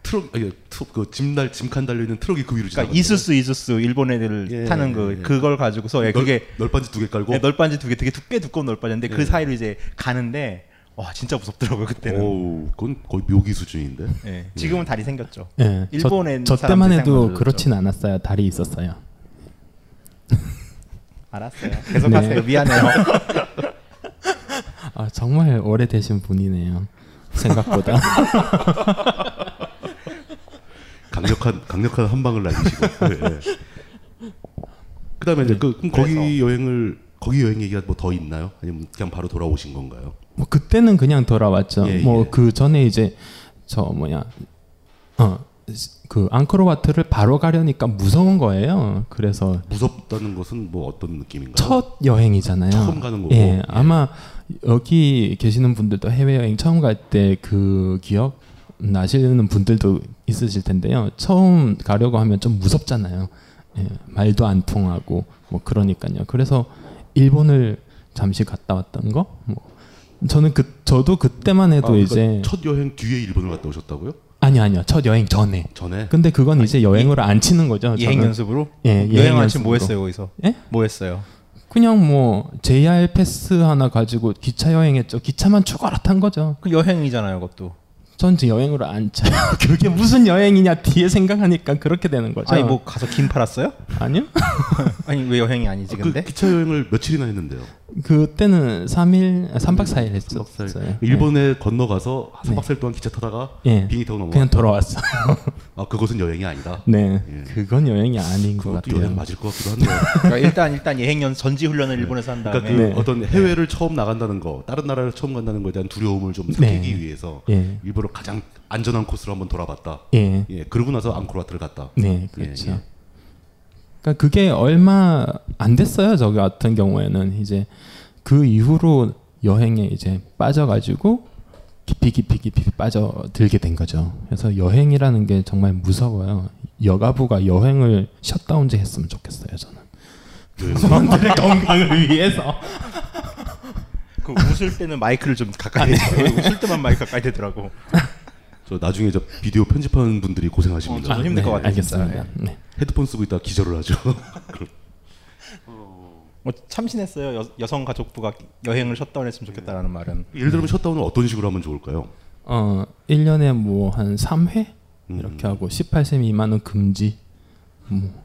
S6: 트럭 아니 트럭 그 짐날 짐칸 달려 있는 트럭이 그 위로
S7: 그러니까
S6: 지나가.
S7: 이수스 이수스 일본 애들
S6: 예,
S7: 타는 그
S6: 예.
S7: 그걸 가지고서 예, 그게
S6: 널빤지 두 개 깔고.
S7: 예, 널빤지 두 개 되게 두께 두꺼운 널빤지인데 그
S6: 예.
S7: 사이로 이제 가는데 와 진짜 무섭더라고요 그때는.
S6: 오우, 네. 그건 거의 묘기 수준인데.
S7: 예, 지금은 다리 생겼죠.
S8: 예.
S7: 일본에
S8: 저, 저
S7: 사람들
S8: 때만
S7: 생각
S8: 해도
S7: 만들어줬죠.
S8: 그렇진 않았어요. 다리 있었어요.
S7: 그렇죠. 알았어요. 계속하세요.
S8: 네.
S7: 미안해요.
S8: 아 정말 오래되신 분이네요. 생각보다.
S6: 강력한 강력한 한 방을 날리시고. 예. 그다음에
S7: 네.
S6: 이제 그 그럼 거기 여행을 거기 여행 얘기가 뭐 더 있나요? 아니면 그냥 바로 돌아오신 건가요?
S8: 뭐 그때는 그냥 돌아왔죠.
S6: 예,
S8: 뭐
S6: 예.
S8: 그 전에 이제 저 뭐냐 어그 앙크로와트를 바로 가려니까 무서운 거예요. 그래서
S6: 무섭다는 것은 뭐 어떤 느낌인가요?
S8: 첫 여행이잖아요.
S6: 처음 가는 거고.
S8: 예,
S6: 예.
S8: 아마 여기 계시는 분들도 해외 여행 처음 갈 때 그 기억 나시는 분들도 있으실 텐데요. 처음 가려고 하면 좀 무섭잖아요. 예, 말도 안 통하고 뭐 그러니까요. 그래서 일본을 잠시 갔다 왔던 거. 뭐 저는 그 저도 그때만 해도
S6: 아, 그러니까
S8: 이제
S6: 첫 여행 뒤에 일본을 갔다 오셨다고요?
S8: 아니요 아니요 첫 여행 전에.
S6: 전에. 아,
S8: 근데 그건 이제
S6: 예,
S8: 여행으로 안 치는 거죠.
S7: 여행
S8: 저는.
S7: 연습으로?
S8: 예
S7: 여행 안 치면 뭐
S8: 연습으로.
S7: 했어요, 거기서?
S8: 예?
S7: 뭐 했어요?
S8: 그냥 뭐 JR 패스 하나 가지고 기차 여행했죠. 기차만 추가로 탄 거죠.
S7: 그 여행이잖아요, 그것도.
S8: 전 이제 여행으로 안 쳐요. 그게 무슨 여행이냐 뒤에 생각하니까 그렇게 되는 거죠.
S7: 아니 뭐 가서 김 팔았어요?
S8: 아니요.
S7: 아니 왜 여행이 아니지
S8: 그
S7: 근데?
S6: 그 기차 여행을 며칠이나 했는데요.
S8: 그때는 3일, 3박 4일 네. 했었어요.
S7: 네.
S6: 일본에 건너가서 3박 4일 동안 기차 타다가
S8: 예.
S6: 비행기 타고 넘어.
S8: 그냥 돌아왔어요.
S6: 아 그것은 여행이 아니다.
S8: 네,
S6: 예.
S8: 그건 여행이 아닌 것
S6: 그것도
S8: 같아요.
S6: 여행 맞을 것 같기도 한데요.
S7: 그러니까 일단 일단 여행 연 전지 훈련을 일본에서 한 다음에
S8: 네.
S6: 그러니까 그 어떤 해외를 처음 나간다는 거, 다른 나라를 처음 간다는 거에 대한 두려움을 좀
S8: 네.
S6: 생기기 위해서
S8: 예.
S6: 일부러 가장 안전한 코스로 한번 돌아봤다.
S8: 예.
S6: 그러고 나서 앙코르와트를 갔다.
S8: 네,
S6: 예,
S8: 그렇죠.
S6: 예.
S8: 그러니까 그게 얼마 안 됐어요. 저 같은 경우에는 이제 그 이후로 여행에 이제 빠져가지고 깊이 깊이 깊이 빠져들게 된 거죠. 그래서 여행이라는 게 정말 무서워요. 여가부가 여행을 셧다운제 했으면 좋겠어요.
S7: 네.
S8: 저는. 저한테 건강을 위해서.
S7: 그 웃을 때는 마이크를 좀 가까이 대고 웃을 때만 마이크 가까이 대더라고.
S6: 저 나중에 저 비디오 편집하는 분들이 고생하십니다.
S7: 어, 좀 힘들 것 같아요, 진짜.
S8: 알겠습니다. 네.
S6: 헤드폰 쓰고 있다 기절을 하죠. 그럼
S7: 뭐 참신했어요. 여, 성 가족부가 여행을 셧다운했으면 좋겠다라는 말은.
S6: 예를
S8: 네.
S6: 들면 셧다운을 어떤 식으로 하면 좋을까요?
S8: 어, 1년에 뭐 한 3회
S7: 음.
S8: 이렇게 하고 18세 미만은 금지. 뭐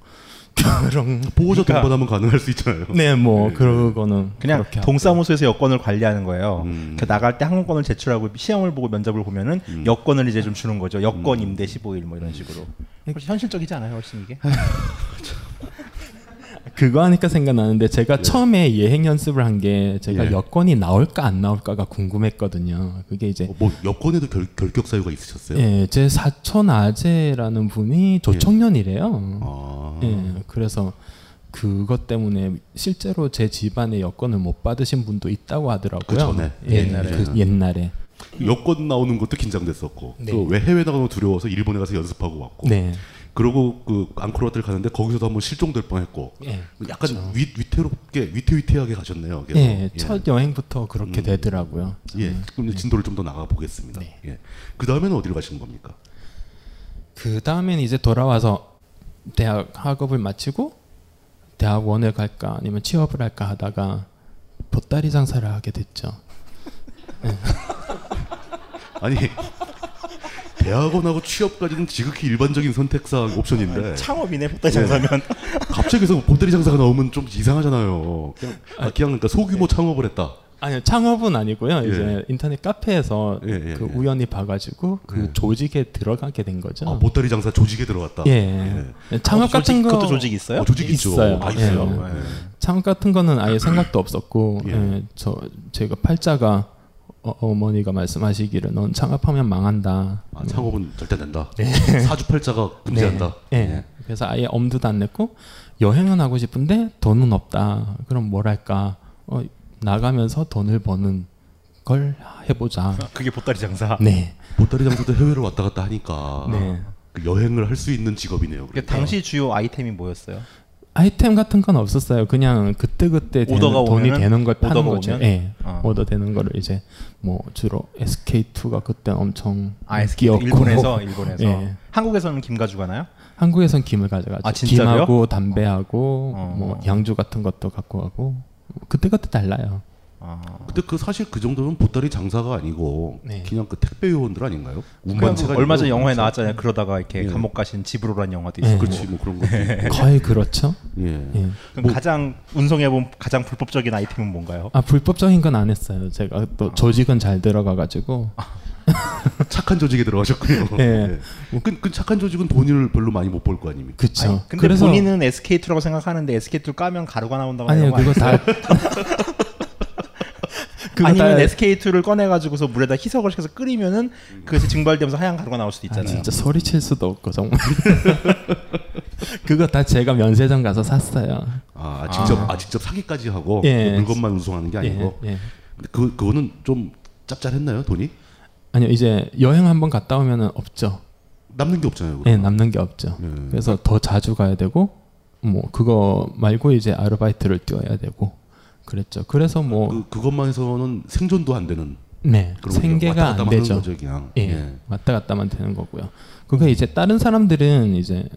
S8: 그런
S6: 보호자 동반하면 가능할 수 있잖아요.
S8: 그러니까 네, 뭐 그거는
S7: 그냥
S8: 그렇게 하고.
S7: 동사무소에서 여권을 관리하는 거예요. 그 나갈 때 항공권을 제출하고 시험을 보고 면접을 보면은 여권을 이제 좀 주는 거죠. 여권 임대 15일 뭐 이런 식으로. 훨씬 현실적이지 않아요, 훨씬 이게?
S8: 그거 하니까 생각나는데 제가 처음에 예행 연습을 한 게 제가
S6: 예.
S8: 여권이 나올까 안 나올까가 궁금했거든요. 그게 이제
S6: 뭐 여권에도 결, 결격 사유가 있으셨어요? 예.
S8: 예, 제 사촌 아재라는 분이 조청년이래요.
S6: 아.
S8: 예, 그래서 그것 때문에 실제로 제 집안에 여권을 못 받으신 분도 있다고 하더라고요.
S6: 그 전에,
S8: 예,
S6: 옛날에.
S8: 그 옛날에.
S6: 여권 나오는 것도 긴장됐었고
S8: 네.
S6: 또 왜 해외 나가는 거 두려워서 일본에 가서 연습하고 왔고
S8: 네.
S6: 그러고 그 앙코르와트를 가는데 거기서도 한번 실종될 뻔했고
S8: 예,
S6: 약간 위, 위태롭게 위태위태하게 가셨네요.
S8: 예, 음.
S6: 계속.
S8: 첫 여행부터 그렇게 되더라고요.
S6: 음. 예, 그럼 이제 진도를 좀 더 나가 보겠습니다.
S8: 네.
S6: 예. 그 다음에는 어디로 가시는 겁니까?
S8: 그 다음에는 이제 돌아와서 대학 학업을 마치고 대학원을 갈까 아니면 취업을 할까 하다가 보따리 장사를 하게 됐죠.
S6: 아니 대학원하고 취업까지는 지극히 일반적인 선택 사항
S8: 아,
S6: 옵션인데
S7: 창업이네, 보따리 장사면.
S6: 갑자기서 보따리 장사가 나오면 좀 이상하잖아요. 그냥, 아, 그냥 그러니까 소규모
S8: 네.
S6: 창업을 했다.
S8: 아니요 창업은 아니고요.
S6: 예.
S8: 이제 인터넷 카페에서
S6: 예, 예,
S8: 그
S6: 예.
S8: 우연히 봐가지고 그 조직에 들어가게 된 거죠.
S6: 아, 보따리 장사 조직에 들어갔다.
S8: 네. 예. 창업
S7: 아, 어, 조직,
S8: 같은 거
S7: 그것도 조직 있어요?
S6: 어, 조직 있죠.
S8: 있어요.
S6: 아, 있어요.
S8: 예.
S6: 예.
S8: 창업 같은 거는 아예 생각도 없었고 예, 저 제가 팔자가 어, 머니가 말씀하시기를 넌 창업하면 망한다.
S6: 아, 창업은
S8: 음.
S6: 절대 안 된다.
S8: 네.
S6: 사주팔자가 금지한다. 네.
S8: 예. 그래서 아예 엄두도 안 냈고 여행은 하고 싶은데 돈은 없다. 그럼 뭘 할까? 어, 나가면서 돈을 버는 걸 해보자.
S7: 아, 그게 보따리 장사.
S8: 네.
S6: 보따리 장사도 해외로 왔다 갔다 하니까
S8: 네.
S6: 그 여행을 할 수 있는 직업이네요.
S7: 그러니까
S6: 그러니까.
S7: 당시 주요 아이템이 뭐였어요?
S8: 아이템 같은 건 없었어요. 그냥 그때 그때
S7: 오더가
S8: 돈이
S7: 오면은?
S8: 되는 걸 파는
S7: 오더가
S8: 거죠.
S7: 오면?
S8: 예.
S7: 어.
S8: 오더 되는 거를 이제 뭐 주로 SK2가 그때 엄청
S7: 아, SK
S8: 인기였고
S7: 일본에서 일본에서
S8: 예.
S7: 한국에서는 김 가져가나요?
S8: 한국에선 김을 가져가죠.
S7: 아, 진짜로요?
S8: 김하고 담배하고
S7: 어.
S8: 뭐 양주 같은 것도 갖고 가고 그때 그때 달라요.
S6: 근데 그 사실 그 정도면 보따리 장사가 아니고
S8: 네.
S6: 그냥 그 택배 요원들 아닌가요?
S7: 그냥 뭐
S6: 운반체가
S7: 얼마 전
S6: 있는
S7: 영화에
S6: 거죠.
S7: 나왔잖아요. 그러다가 이렇게
S6: 예.
S7: 감옥 가신 집으로라는 영화도 있고.
S6: 그렇지 뭐 그런 것도 있고.
S8: 예. 네. 거의 그렇죠.
S6: 예.
S8: 예.
S7: 그럼 가장 운송해 본 가장 불법적인 아이템은 뭔가요?
S8: 아 불법적인 건 안 했어요. 제가 또 조직은 잘 들어가가지고
S6: 착한 조직에 들어가셨군요.
S8: 예.
S6: 예. 그, 그 착한 조직은 돈을 별로 많이 못 벌 거 아닙니까?
S8: 그쵸.
S7: 아니, 근데
S8: 그래서
S7: 본인은 SK2라고 생각하는데 SK2 까면 가루가 나온다고
S8: 아니요 그거 다 그거
S7: 아니면
S8: 다-
S7: SK2를 꺼내 가지고서 물에다 희석을 시켜서 끓이면은 그것이 증발되면서 하얀 가루가 나올 수도
S8: 아,
S7: 있잖아요.
S8: 진짜 소리칠 수도 없고 정말 그거 다 제가 면세점 가서 샀어요.
S6: 아 직접 아, 직접 사기까지 하고
S8: 예.
S6: 물건만 운송하는 게 아니고.
S8: 예, 예.
S6: 근데 그 그거는 좀 짭짤했나요 돈이?
S8: 아니요 이제 여행 한번 갔다 오면은 없죠.
S6: 남는 게 없잖아요.
S8: 예,
S6: 그러면.
S8: 남는 게 없죠. 그래서 더 자주 가야 되고 뭐 그거 말고 이제 아르바이트를 뛰어야 되고 그랬죠. 그래서 뭐
S6: 그, 그것만 해서는 생존도 안 되는
S8: 네,
S6: 그런 거죠.
S8: 생계가
S6: 왔다 갔다
S8: 안
S6: 하는
S8: 되죠.
S6: 거죠, 그냥.
S8: 예, 왔다 갔다만 되는 거고요. 그게 이제 다른 사람들은 이제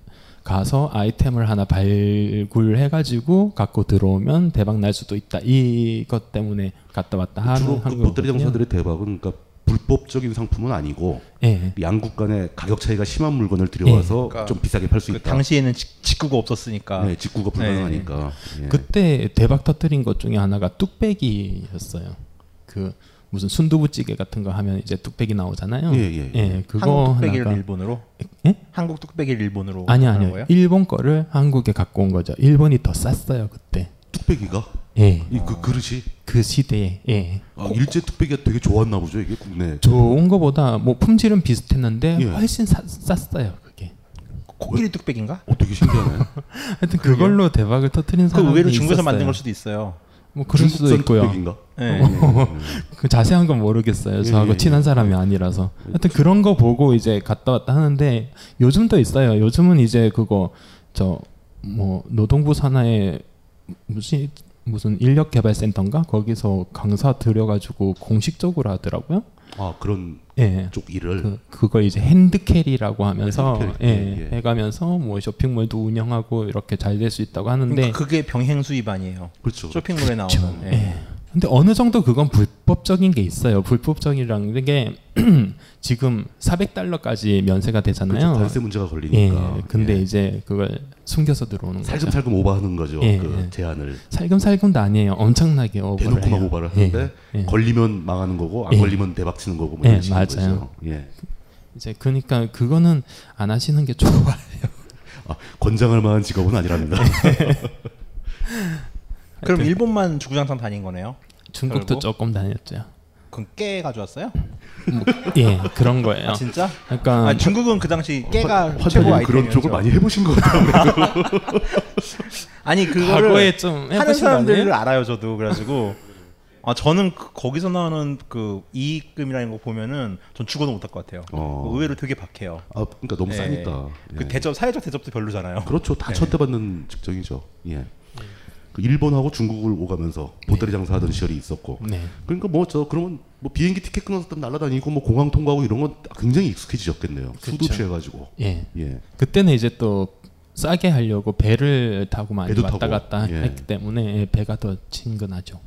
S8: 가서 아이템을 하나 발굴해가지고 갖고 들어오면 대박 날 수도 있다. 이것 때문에 갔다 왔다 하는
S6: 주로 그
S8: 한
S6: 보따리
S8: 거거든요.
S6: 장사들의 대박은 그러니까 불법적인 상품은 아니고
S8: 예.
S6: 양국 간의 가격 차이가 심한 물건을 들여와서
S7: 그러니까
S6: 좀 비싸게 팔 수
S7: 그
S6: 있다.
S7: 당시에는 직- 직구가 네. 없었으니까.
S6: 네, 직구가 불가능하니까. 예.
S8: 그때 대박 터뜨린 것 중에 하나가 뚝배기였어요. 그 무슨 순두부찌개 같은 거 하면 이제 뚝배기 나오잖아요.
S7: 예, 예, 예.
S8: 그거
S7: 한국 뚝배기를
S8: 하나가-
S7: 일본으로?
S8: 예?
S7: 한국 뚝배기를 일본으로
S8: 아니
S7: 하는
S8: 아니요.
S7: 거예요?
S8: 일본 거를 한국에 갖고 온 거죠. 일본이 더 쌌어요 그때.
S6: 뚝배기가?
S8: 예.
S6: 이 그 그릇이
S8: 그 시대에 예.
S6: 아, 일제 뚝배기가 되게 좋았나 보죠 이게 네. 국내.
S8: 좋은 거보다 뭐 품질은 비슷했는데
S6: 예.
S8: 훨씬 싸, 쌌어요 그게.
S7: 코끼리 뚝배기인가?
S6: 어, 되게 신기하네.
S8: 하여튼 그걸로 대박을 터뜨린
S7: 그
S8: 사람이
S7: 의외로 중국에서
S8: 있었어요. 어,
S7: 만든 걸 수도 있어요.
S8: 뭐 그럴 수도
S7: 중국산
S8: 있고요.
S7: 뚝배기인가? 예.
S8: 그 자세한 건 모르겠어요. 저하고
S7: 예, 예,
S8: 친한 사람이 아니라서. 하여튼 그런 거 보고 이제 갔다 왔다 하는데 요즘도 있어요. 요즘은 이제 그거 저 뭐 노동부 산하에 무슨 무슨 인력 개발센터인가 거기서 강사 들여가지고 공식적으로 하더라고요.
S6: 아 그런
S8: 예.
S6: 쪽 일을
S8: 그, 그걸 이제 핸드캐리라고 하면서
S6: 핸드캐리,
S8: 예,
S6: 예,
S8: 해가면서 뭐 쇼핑몰도 운영하고 이렇게 잘 될 수 있다고 하는데
S7: 그러니까 그게 병행수 위반이에요.
S6: 그렇죠.
S7: 쇼핑몰에 나오는. 예.
S8: 예.
S6: 그
S8: 근데 어느 정도 그건 불법적인 게 있어요. 불법적이라는 게 지금 400달러까지 면세가 되잖아요.
S6: 그렇죠. 관세 문제가 걸리니까.
S8: 예. 근데 이제 그걸 숨겨서 들어오는 거죠.
S6: 살금살금 오버하는 거죠,
S8: 예,
S6: 그
S8: 예.
S6: 제안을.
S8: 살금살금도 아니에요. 엄청나게
S6: 대놓고
S8: 오버를
S6: 막
S8: 해요.
S6: 오버를
S8: 예,
S6: 하는데
S8: 예.
S6: 걸리면 망하는 거고 안
S8: 예.
S6: 걸리면 대박 치는 거고 뭐
S8: 예,
S6: 이런 식인
S8: 맞아요.
S6: 거죠. 예.
S8: 이제 그러니까 그거는 안 하시는 게 좋아요.
S6: 아, 권장할 만한 직업은 아니랍니다.
S7: 네. 그럼 일본만 주구장창 다닌 거네요?
S8: 중국도
S7: 결국?
S8: 조금 다녔죠.
S7: 그럼 깨 가져왔어요?
S8: 예, 그런 거예요.
S7: 아, 진짜?
S8: 약간 어,
S7: 아, 중국은 그 당시 깨가
S8: 화-
S7: 최고
S8: 화장님
S7: 아이템이었죠.
S8: 그런 쪽을 많이 해보신 것 같아요, 그래도.
S7: 아니 그거를
S8: 과거에 좀 해보신
S7: 하는
S8: 거
S7: 사람들을
S8: 아니에요?
S7: 알아요 저도 그래가지고 아 저는 그- 거기서 나오는 그 이익금이라는 거 보면은 전 죽어도 못 할 것 같아요. 그
S6: 어.
S7: 의외로 되게 박해요.
S6: 아, 그러니까 너무
S7: 예.
S6: 싸니까. 예.
S7: 그 대접 사회적 대접도 별로잖아요.
S6: 그렇죠. 다
S7: 예.
S6: 첫대받는 직종이죠. 예. 그 일본하고 중국을 오가면서 보따리 장사하던 시절이 있었고.
S8: 네.
S6: 그러니까 뭐 저 그러면 뭐 비행기 티켓 끊어서 날아다니고 뭐 공항 통과하고 이런 건 굉장히 익숙해지셨겠네요. 수도
S8: 그렇죠.
S6: 취해가지고.
S8: 예.
S6: 예.
S8: 그때는 이제 또 싸게 하려고 배를 타고 많이
S6: 배도
S8: 왔다
S6: 타고.
S8: 갔다
S6: 예.
S8: 했기 때문에 예, 배가 더 친근하죠.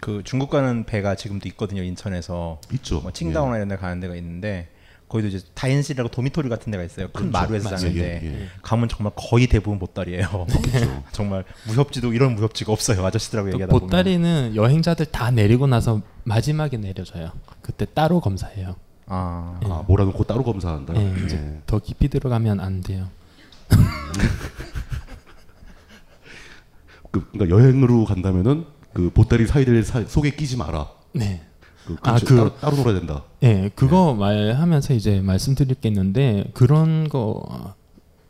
S7: 그 중국 가는 배가 지금도 있거든요 인천에서
S6: 있죠 예.
S7: 뭐 칭다오나 이런 데 가는 데가 있는데 거기도 이제 다인실이라고 도미토리 같은 데가 있어요 큰
S6: 그렇죠.
S7: 마루에서
S6: 맞아요.
S7: 자는데
S6: 예, 그렇죠. 예.
S7: 가면 정말 거의 대부분 보따리예요 정말 무협지도 이런 무협지가 없어요 아저씨들하고
S6: 네
S8: 또
S7: 얘기하다 보면
S8: 보따리는 여행자들 다 내리고 나서 마지막에 내려줘요. 그때 따로 검사해요.
S7: 아,
S6: 아, 몰아놓고 따로 검사한다.
S8: 예, 이제
S6: 예.
S8: 더 깊이 들어가면 안 돼요.
S6: 그, 그러니까 여행으로 간다면은 그 보따리 사이들 사, 속에 끼지 마라.
S8: 네.
S6: 그, 그,
S8: 아,
S6: 저-
S8: 그-
S6: 따로, 따로 놀아야 된다.
S8: 예, 그거 말하면서 이제 말씀드릴 게 있는데 그런 거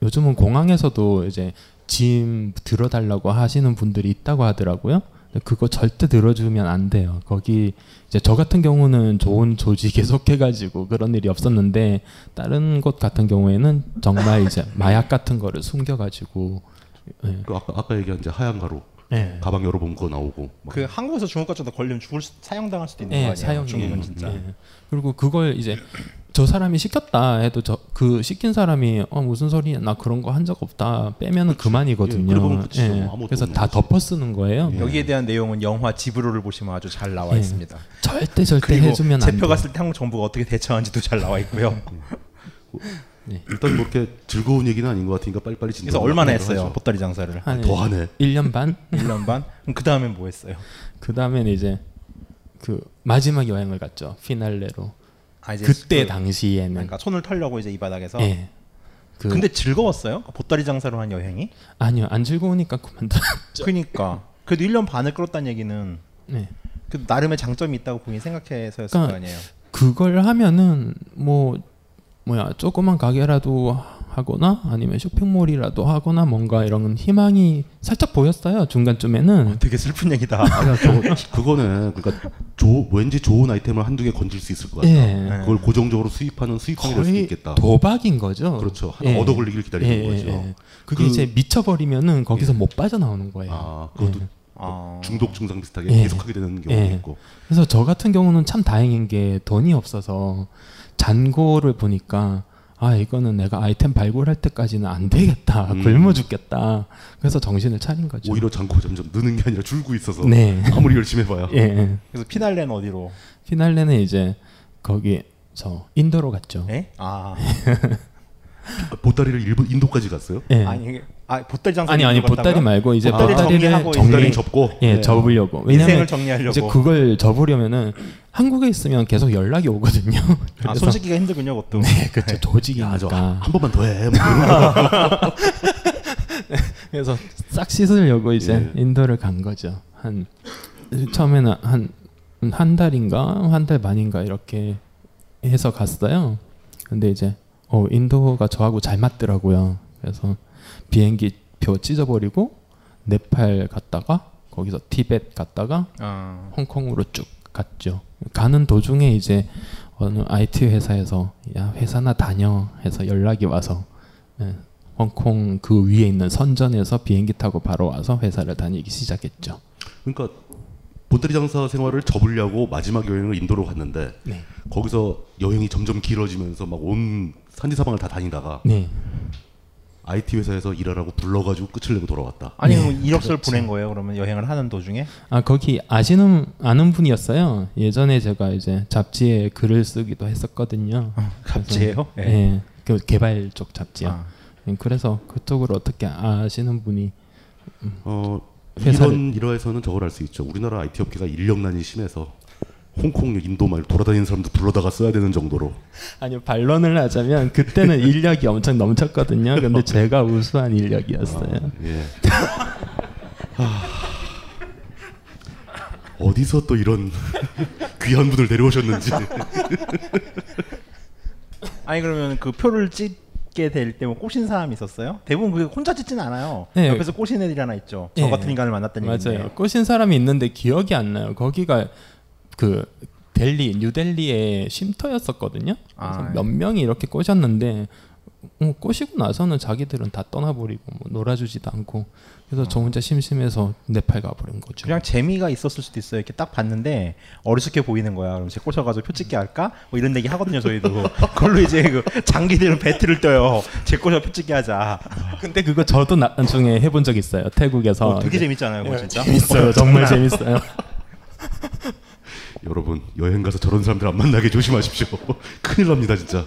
S8: 요즘은 공항에서도 이제 짐 들어달라고 하시는 분들이 있다고 하더라고요. 근데 그거 절대 들어주면 안 돼요. 거기 이제 저 같은 경우는 좋은 조직에 속해가지고 그런 일이 없었는데 다른 곳 같은 경우에는 정말 이제 마약 같은 거를 숨겨가지고 예,
S6: 그 아까 아까 얘기한 이제 하얀 가루.
S8: 예.
S6: 가방 열어보면 그거 나오고. 막
S7: 그 한국에서 중국 가져다 걸리면 죽을 수, 사형당할 수도 있는 거
S8: 예,
S7: 아니에요 음.
S8: 사형
S7: 중국은 진짜
S8: 그리고 그걸 이제 저 사람이 시켰다 해도 저 그 시킨 사람이 어 무슨 소리야 나 그런 거 한 적 없다 빼면은
S7: 예, 그래
S8: 그만이거든요.
S7: 보면 끝이죠. 뭐 아무것도
S8: 그래서
S7: 없는
S8: 다 덮어 쓰는 거예요.
S7: 여기에 대한 내용은 영화 지브로를 보시면 아주 잘 나와
S8: 예.
S7: 있습니다
S8: 절대 절대
S7: 그리고
S8: 해주면 안
S7: 제표
S8: 돼요. 음.
S7: 갔을 때 한국 정부가 어떻게 대처하는지도 잘 나와 있고요
S6: 일단 뭐 이렇게 즐거운 얘기는 아닌 것 같으니까 빨리빨리 진짜.
S7: 그래서
S8: 네,
S7: 얼마나 했어요, 보따리 장사를?
S8: 아.
S6: 더 하네.
S8: 1년 반?
S7: 1년 반? 그럼 그 다음엔 뭐 했어요?
S8: 그 다음엔 이제 그 마지막 여행을 갔죠. 피날레로.
S7: 아, 이제
S8: 그때
S7: 그-
S8: 당시에는
S7: 그러니까 손을 털려고 이제 이 바닥에서.
S8: 예. 그-
S7: 근데 즐거웠어요? 보따리 장사로 한 여행이?
S8: 아니요 안 즐거우니까 그만둬.
S7: 그러니까 그래도 1년 반을 끌었다는 얘기는
S8: 네.
S7: 그 나름의 장점이 있다고 본인 생각해서였을
S8: 그러니까
S7: 거 아니에요.
S8: 그걸 하면은 뭐 뭐야 조그만 가게라도 하거나 아니면 쇼핑몰이라도 하거나 뭔가 이런 희망이 살짝 보였어요 중간쯤에는
S7: 되게 슬픈 얘기다
S6: 아니야, 저, 그거는 그러니까 조, 왠지 좋은 아이템을 한두 개 건질 수 있을 것 같아요. 네.
S8: 예.
S6: 그걸 고정적으로 수입하는 수입형이 될 수도
S8: 거의
S6: 있겠다.
S8: 도박인 거죠 예.
S6: 그렇죠. 하나
S7: 예.
S6: 얻어 걸리기를 기다리는 거죠. 그-
S8: 그게
S6: 예.
S8: 이제 미쳐버리면은 거기서 못 빠져나오는 거예요
S6: 아, 그것도 뭐 중독 증상 비슷하게
S8: 예.
S6: 계속하게 되는 경우도
S8: 예.
S6: 있고
S8: 그래서 저 같은 경우는 참 다행인 게 돈이 없어서 잔고를 보니까 아 이거는 내가 아이템 발굴할 때까지는 안 되겠다
S6: 음.
S8: 굶어 죽겠다 그래서 정신을 차린 거죠
S6: 오히려 잔고가 점점 느는 게 아니라 줄고 있어서
S8: 네.
S6: 아무리 열심히 해봐야
S8: 예, 예.
S7: 그래서 피날레는 어디로?
S8: 피날레는 이제 거기 저 인도로 갔죠
S7: 아
S6: 보따리를 일본 인도까지 갔어요?
S8: 예.
S7: 아니 이게- 아 보따리 장사
S8: 아니 아니 보따리 말고 이제 보따리를 정리 예 접으려고 왜냐면
S7: 네. 인생을 정리하려고
S8: 이제 그걸 접으려면은 한국에 있으면 계속 연락이 오거든요
S7: 아,
S8: 그래서-
S7: 손 씻기가 힘들군요, 그것도.
S8: 네 그렇죠 조직이니까
S6: 한 번만 더 해. 뭐
S8: 아. 그래서 싹 씻으려고 이제 인도를 간 거죠. 한 처음에는 한 한 달인가 한 달 반인가 이렇게 해서 갔어요. 근데 이제 어, 인도가 저하고 잘 맞더라고요. 그래서 비행기 표 찢어버리고 네팔 갔다가 거기서 티벳 갔다가
S7: 아.
S8: 홍콩으로 쭉 갔죠. 가는 도중에 이제 어느 IT 회사에서 야 회사나 다녀 해서 연락이 와서 예, 홍콩 그 위에 있는 선전에서 비행기 타고 바로 와서 회사를 다니기 시작했죠.
S6: 그러니까 보따리 장사 생활을 접으려고 마지막 여행을 인도로 갔는데
S8: 네.
S6: 거기서 여행이 점점 길어지면서 막 온 산지 사방을 다 다니다가
S8: 네.
S6: IT 회사에서 일하라고 불러가지고 끝을 내고 돌아왔다.
S7: 아니 그럼 이력서를
S8: 그렇지.
S7: 보낸 거예요. 그러면 여행을 하는 도중에
S8: 아 거기 아시는 아는 분이었어요. 예전에 제가 이제 잡지에 글을 쓰기도 했었거든요.
S7: 아, 잡지에요?
S8: 그래서-
S7: 예.
S8: 예. 그 개발 쪽 잡지요.
S7: 아.
S8: 예, 그래서 그쪽을 어떻게 아시는 분이 음,
S6: 어, 이런
S8: 회사를-
S6: 일화에서는 저걸 알 수 있죠. 우리나라 IT 업계가 인력난이 심해서 홍콩, 인도 말 돌아다니는 사람도 불러다가 써야 되는 정도로
S8: 아니요 반론을 하자면 그때는 인력이 엄청 넘쳤거든요.
S7: 어.
S8: 근데 제가 우수한 인력이었어요.
S6: 예. 아. 어디서 또 이런 귀한 분을 데려오셨는지.
S7: 아니 그러면 그 표를 찍게 될 때 뭐 꼬신 사람이 있었어요? 대부분 그게 혼자 찍진 않아요.
S8: 네.
S7: 옆에서 꼬신 애들이 하나 있죠. 저
S8: 예.
S7: 같은 인간을 만났다는 얘기인데.
S8: 맞아요. 꼬신 사람이 있는데 기억이 안 나요. 거기가 그 델리 뉴델리의 쉼터였었거든요. 그래서
S7: 아,
S8: 몇 명이 이렇게 꼬셨는데 어, 꼬시고 나서는 자기들은 다 떠나버리고 뭐 놀아주지도 않고 그래서 저 혼자 심심해서 네팔 가버린 거죠.
S7: 그냥 재미가 있었을 수도 있어요. 이렇게 딱 봤는데 어리숙해 보이는 거야. 그럼 제 꼬셔가지고 표 찍게 할까? 뭐 이런 얘기 하거든요. 저희도 그걸로 이제 그 장기들은 배틀을 떠요. 제 꼬셔 표 찍게 하자.
S8: 근데 그거 저도 나중에 해본 적 있어요. 태국에서
S7: 어, 되게
S8: 이제-
S7: 재밌잖아요, 그거 진짜.
S8: 재밌어요. 정말 재밌어요.
S6: 여러분 여행 가서 저런 사람들 안 만나게 조심하십시오. 큰일 납니다 진짜.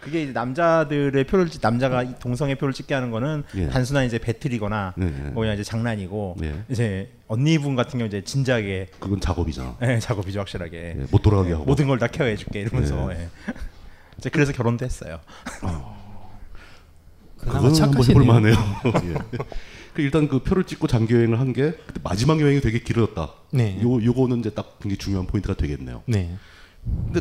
S7: 그게 이제 남자들의 표를 찍- 남자가 이 동성의 표를 찍게 하는 거는
S6: 예.
S7: 단순한 이제 배틀이거나
S6: 예, 예.
S7: 뭐 그냥 이제 장난이고
S6: 예.
S7: 이제 언니분 같은 경우 이제 진작에
S6: 그건 작업이잖아.
S7: 예, 작업이죠 확실하게
S6: 예, 못 돌아가게 하고.
S7: 모든 걸 다 케어해 줄게 이러면서 예. 이제 그래서 결혼도 했어요.
S6: 그건 한번 해볼 만해요. 예. 그 일단 그 표를 찍고 장기 여행을 한 게 마지막 여행이 되게 길어졌다.
S8: 네.
S6: 요 요거는 이제 딱 굉장히 중요한 포인트가 되겠네요.
S8: 네.
S6: 근데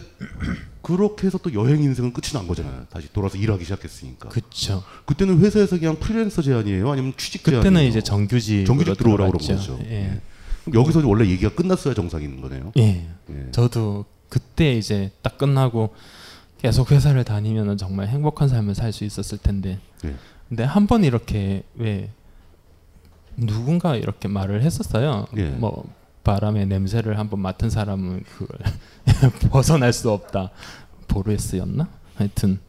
S6: 그렇게 해서 또 여행 인생은 끝이 난 거잖아요. 다시 돌아서 일하기 시작했으니까.
S8: 그쵸.
S6: 그때는 회사에서 그냥 프리랜서 제한이에요, 아니면 취직 제한이에요?
S8: 그때는 이제 정규직으로
S6: 정규직 들어오라고 그런
S8: 들어갔죠.
S6: 거죠.
S8: 예.
S6: 그럼 여기서 원래 얘기가 끝났어야 정상이 있는 거네요.
S8: 예.
S6: 예.
S8: 저도 그때 이제 딱 끝나고 계속 회사를 다니면 정말 행복한 삶을 살 수 있었을 텐데.
S6: 예.
S8: 근데 한 번 이렇게 왜 누군가 이렇게 말을 했었어요.
S6: 예.
S8: 뭐 바람의 냄새를 한번 맡은 사람은 그걸 벗어날 수 없다. 보르에스였나? 하여튼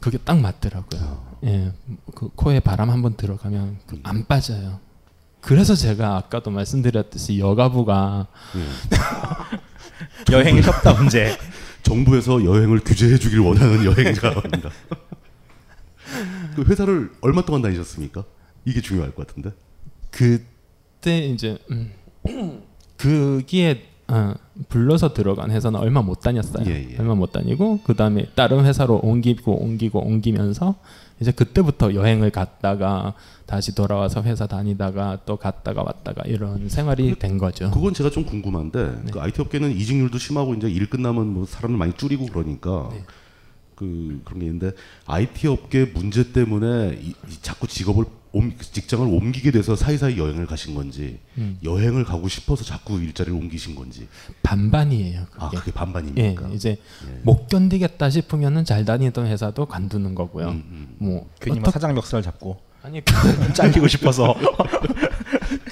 S8: 그게 딱
S6: 어.
S8: 맞더라고요. 예, 그 코에 바람 한번 들어가면 그안
S6: 음.
S8: 빠져요. 그래서 제가 아까도 말씀드렸듯이 여가부가
S7: 여행이 섭다 문제.
S6: 정부에서 여행을 규제해 주길 원하는 여행가입니다. 그 회사를 얼마 동안 다니셨습니까? 이게 중요할 것 같은데.
S8: 그때 이제 음, 그기에 아, 불러서 들어간 회사는 얼마 못 다녔어요. 얼마 못 다니고 그 다음에 다른 회사로 옮기고 옮기고 옮기면서 이제 그때부터 여행을 갔다가 다시 돌아와서 회사 다니다가 또 갔다가 왔다가 이런 생활이 된 거죠.
S6: 그건 제가 좀 궁금한데
S8: 네.
S6: 그 IT 업계는 이직률도 심하고 이제 일 끝나면 뭐 사람을 많이 줄이고 그러니까
S8: 네.
S6: 그 그런 게 있는데 IT 업계 문제 때문에 이, 이 자꾸 직업을 옮, 직장을 옮기게 돼서 사이사이 여행을 가신 건지
S8: 음.
S6: 여행을 가고 싶어서 자꾸 일자리를 옮기신 건지
S8: 반반이에요. 그게.
S6: 아 그게
S8: 예,
S6: 반반입니까?
S8: 이제 못 견디겠다 싶으면은 잘 다니던 회사도 간두는 거고요. 뭐
S7: 괜히 막
S8: 어떻-
S7: 사장 멱살 잡고
S8: 아니
S6: 예.
S7: 잘리고 싶어서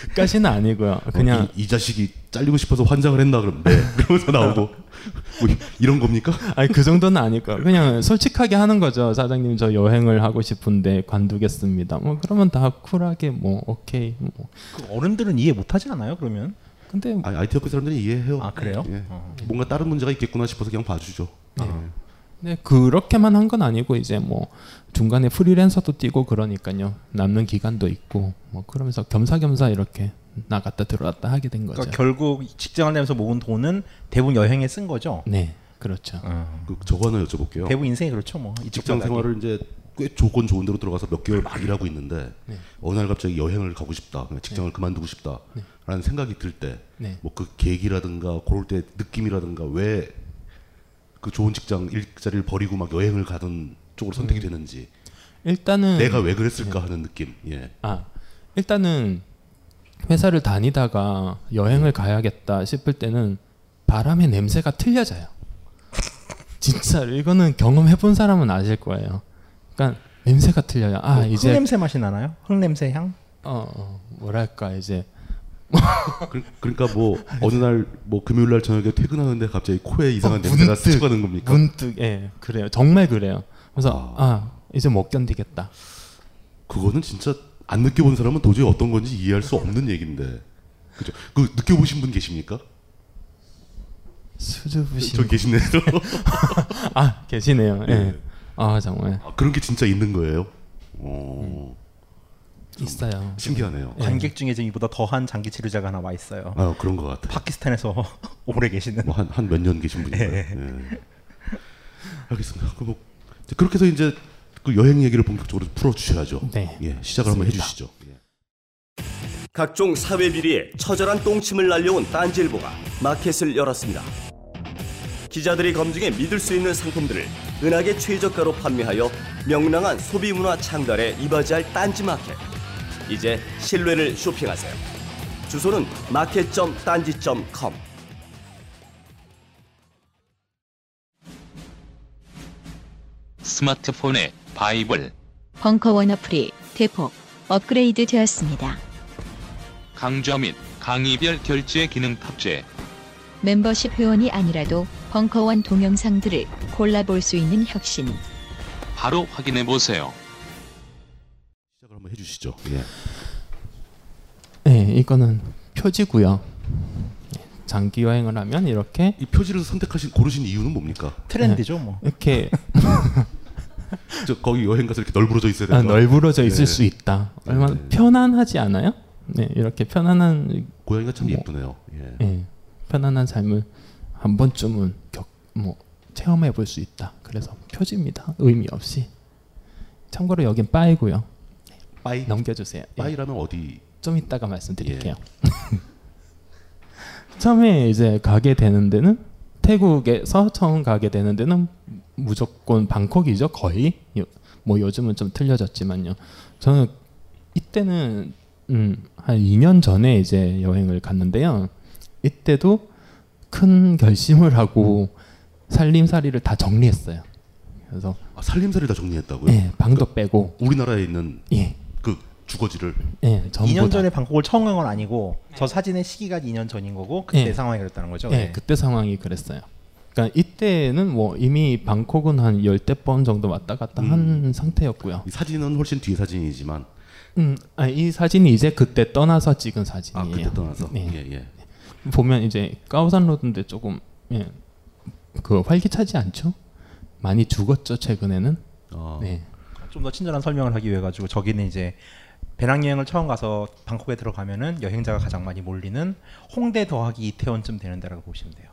S8: 끝까지는 아니고요. 그냥
S6: 이, 이 자식이 잘리고 싶어서 환장을 했나 그럼 네 그러면서 나오고 뭐 이- 이런 겁니까?
S8: 아니 그 정도는 아닐까. 그냥 솔직하게 하는 거죠. 사장님 저 여행을 하고 싶은데 관두겠습니다. 뭐 그러면 다 쿨하게 뭐 오케이. 뭐.
S7: 그 어른들은 이해 못하지 않아요? 그러면?
S8: 근데
S6: 아니, IT 업계 사람들이 이해해요.
S7: 아 그래요?
S6: 예. 뭔가 다른 문제가 있겠구나 싶어서 그냥 봐주죠.
S7: 네.
S6: 예.
S8: 근데 네, 그렇게만 한 건 아니고 이제 뭐 중간에 프리랜서도 뛰고 그러니까요. 남는 기간도 있고 뭐 그러면서 겸사겸사 이렇게 나갔다 들어왔다 하게 된 거죠.
S7: 그러니까 결국 직장을 내면서 모은 돈은 대부분 여행에 쓴 거죠.
S6: 음.
S8: 네, 그렇죠.
S7: 어.
S6: 그 저거 하나 여쭤볼게요.
S7: 대부분 인생이 그렇죠, 뭐. 이쪽
S6: 직장
S7: 바닥이.
S6: 생활을 이제 꽤 조건 좋은 데로 들어가서 몇 개월 막 일하고 있는데
S8: 네.
S6: 어느 날 갑자기 여행을 가고 싶다, 그냥
S7: 네.
S6: 직장을 그만두고 싶다라는 생각이 들 때,
S8: 네.
S6: 뭐 그 계기라든가 그럴 때 느낌이라든가 왜 그 좋은 직장 일자리를 버리고 막 여행을 가던 쪽으로
S7: 음.
S6: 선택이 되는지
S8: 일단은
S6: 내가 왜 그랬을까 하는 느낌. 예.
S8: 아 일단은 회사를 다니다가 여행을 가야겠다 싶을 때는 바람의 냄새가 틀려져요. 진짜로 이거는 경험해 본 사람은 아실 거예요. 그러니까 냄새가 틀려요. 아
S7: 뭐
S8: 이제
S7: 흙냄새 맛이 나나요? 흙냄새 향?
S8: 어, 어 뭐랄까 이제
S6: 그, 러니까뭐 어느 날 뭐 금요일 날 저녁에 퇴근하는데 갑자기 코에 이상한
S8: 어,
S6: 냄새가
S8: 문득,
S6: 스쳐가는 겁니까?
S8: 문득 예 그래요. 정말 그래요. 그래서 아 이제 못 견디겠다.
S6: 그거는 진짜 안 느껴본 사람은 도저히 어떤 건지 이해할 수 없는 얘기인데. 그죠? 그 느껴보신 분 계십니까?
S8: 수줍으신
S6: 저 계시네요.
S8: 아 계시네요. 예.
S6: 네.
S8: 아 정말
S6: 아, 그런 게 진짜 있는 거예요. 어,
S8: 있어요.
S6: 신기하네요.
S7: 관객 중에 지금 이보다 더한 장기 치료자가 하나 와 있어요.
S6: 아 그런 것 같아. 요
S7: 파키스탄에서 오래 계시는.
S6: 뭐한한 몇 년 계신 분인가요? 예. 알겠습니다. 그럼 뭐 이제 그렇게 해서 이제 그 여행 얘기를 본격적으로 풀어주셔야죠.
S8: 네.
S6: 예, 시작을 한번
S8: 맞습니다.
S6: 해주시죠. 예.
S9: 각종 사회 비리에 처절한 똥침을 날려온 딴지일보가 마켓을 열었습니다. 기자들이 검증해 믿을 수 있는 상품들을 은하계 최저가로 판매하여 명랑한 소비 문화 창달에 이바지할 딴지 마켓. 이제 신뢰를 쇼핑하세요. 주소는 마켓.딴지.com 점 com.
S10: 스마트폰의 바이블
S5: 벙커원 어플이 대폭 업그레이드 되었습니다.
S10: 강좌 및 강의별 결제 기능 탑재
S5: 멤버십 회원이 아니라도 벙커원 동영상들을 골라볼 수 있는 혁신.
S10: 바로 확인해 보세요.
S6: 시작을 한번 해주시죠. 예.
S8: 네, 이거는 표지고요. 장기 여행을 하면 이렇게
S6: 이 표지를 선택하신 고르신 이유는 뭡니까?
S7: 트렌드죠, 뭐.
S8: 이렇게
S6: 저 거기 여행 가서 이렇게 널브러져 있어야
S8: 아,
S6: 되는 거.
S8: 널브러져 있을
S6: 네.
S8: 수 있다.
S6: 네,
S8: 얼마나
S6: 네.
S8: 편안하지 않아요? 네, 이렇게 편안한
S6: 고양이가 참
S8: 뭐.
S6: 예쁘네요. 예.
S8: 예, 편안한 삶을 한 번쯤은 겪, 뭐 체험해 볼 수 있다. 그래서 표지입니다. 의미 없이. 참고로 여긴 바이고요.
S6: 빠이.
S8: 넘겨주세요. 예,
S6: 빠이라면 어디?
S8: 좀 이따가 말씀드릴게요. 처음에 이제 가게 되는 데는 태국에서 처음 가게 되는 데는 무조건 방콕이죠 거의 요- 뭐 요즘은 좀 틀려졌지만요 저는 이때는 음, 한 2년 전에 이제 여행을 갔는데요 이때도 큰 결심을 하고 살림살이를 다 정리했어요 그래서
S6: 아, 살림살이 다 정리했다고요?
S8: 예, 방도 빼고
S6: 우리나라에 있는
S8: 예,
S6: 그 주거지를
S8: 예, 전부
S7: 2년
S8: 다.
S7: 전에 방콕을 처음 간 건 아니고 저 사진의 시기가 2년 전인 거고 그때
S8: 예.
S7: 상황이 그랬다는 거죠.
S8: 네, 그때 상황이 그랬어요. 그러니까 이때는 뭐 이미 방콕은 한 열대 번 정도 왔다 갔다
S6: 음.
S8: 한 상태였고요.
S6: 이 사진은 훨씬 뒤 사진이지만
S8: 음, 아, 이 사진이 이제 그때 떠나서 찍은
S6: 아
S8: 사진이에요.
S6: 그때 떠나서
S8: 네.
S6: 예, 예.
S8: 보면 이제 까오산 로드인데 조금 예, 그 활기차지 않죠? 많이 죽었죠 최근에는.
S6: 아,
S8: 네,
S7: 좀 더 친절한 설명을 하기 위해 가지고 저기는 이제 배낭여행을 처음 가서 방콕에 들어가면은 여행자가 가장 많이 몰리는 홍대 더하기 이태원쯤 되는 데라고 보시면 돼요.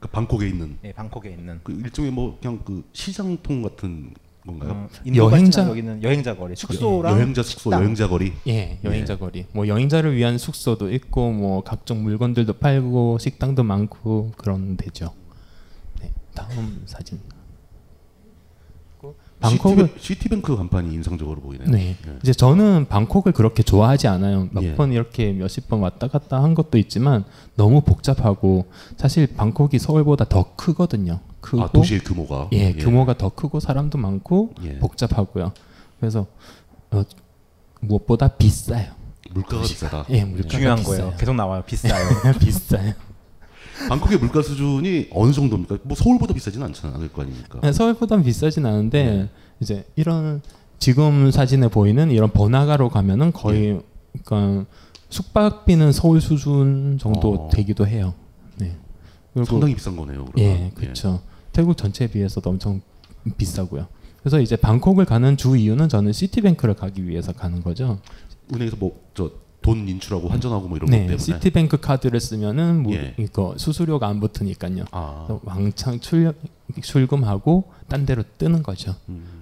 S6: 그 방콕에 있는
S7: 네, 방콕에 있는
S6: 그 일종의 뭐 그냥 그 시장통 같은 건가요? 그
S7: 어, 인도 같지만
S8: 그러니까 여행자-
S7: 여기는 여행자 거리 숙소랑
S6: 여행자 숙소,
S7: 식당.
S6: 여행자 거리.
S8: 예, 여행자 거리. 뭐 여행자를 위한 숙소도 있고 뭐 각종 물건들도 팔고 식당도 많고 그런 데죠. 네, 다음 사진. 방콕은
S6: 시티뱅- 시티뱅크 간판이 인상적으로 보이네요.
S8: 네.
S6: 예.
S8: 이제 저는 방콕을 그렇게 좋아하지 않아요. 몇
S6: 예.
S8: 번 이렇게 몇십 번 왔다 갔다 한 것도 있지만 너무 복잡하고 사실 방콕이 서울보다 더 크거든요. 크고
S6: 아 도시의 규모가
S8: 예, 규모가 더 크고 사람도 많고
S6: 예.
S8: 복잡하고요. 그래서 어, 무엇보다 비싸요.
S6: 물가가 비싸다.
S8: 예, 물가가
S7: 중요한 거예요.
S8: 비싸요.
S7: 계속 나와요. 비싸요.
S8: 비싸요.
S6: 방콕의 물가 수준이 어느 정도입니까? 뭐 서울보다 비싸진 그 않잖아, 않을 거 아닙니까?
S8: 네, 서울보단 비싸진 않은데 이제 이런 지금 사진에 보이는 이런 번화가로 가면은 거의 그러니까 숙박비는 서울 수준 정도 되기도 해요. 네.
S6: 상당히 비싼 거네요, 그러면.
S8: 예, 그렇죠. 태국 전체에 비해서도 엄청 비싸고요. 그래서 이제 방콕을 가는 주 이유는 저는 시티뱅크를 가기 위해서 가는 거죠.
S6: 은행에서 뭐 저 돈 인출하고 환전하고 뭐 이런 것 때문에.
S8: 네, 시티뱅크 카드를 쓰면은 뭐 이거 수수료가 안 붙으니까요.
S6: 아, 어.
S8: 그래서 왕창 출, 출금하고 딴 데로 뜨는 거죠.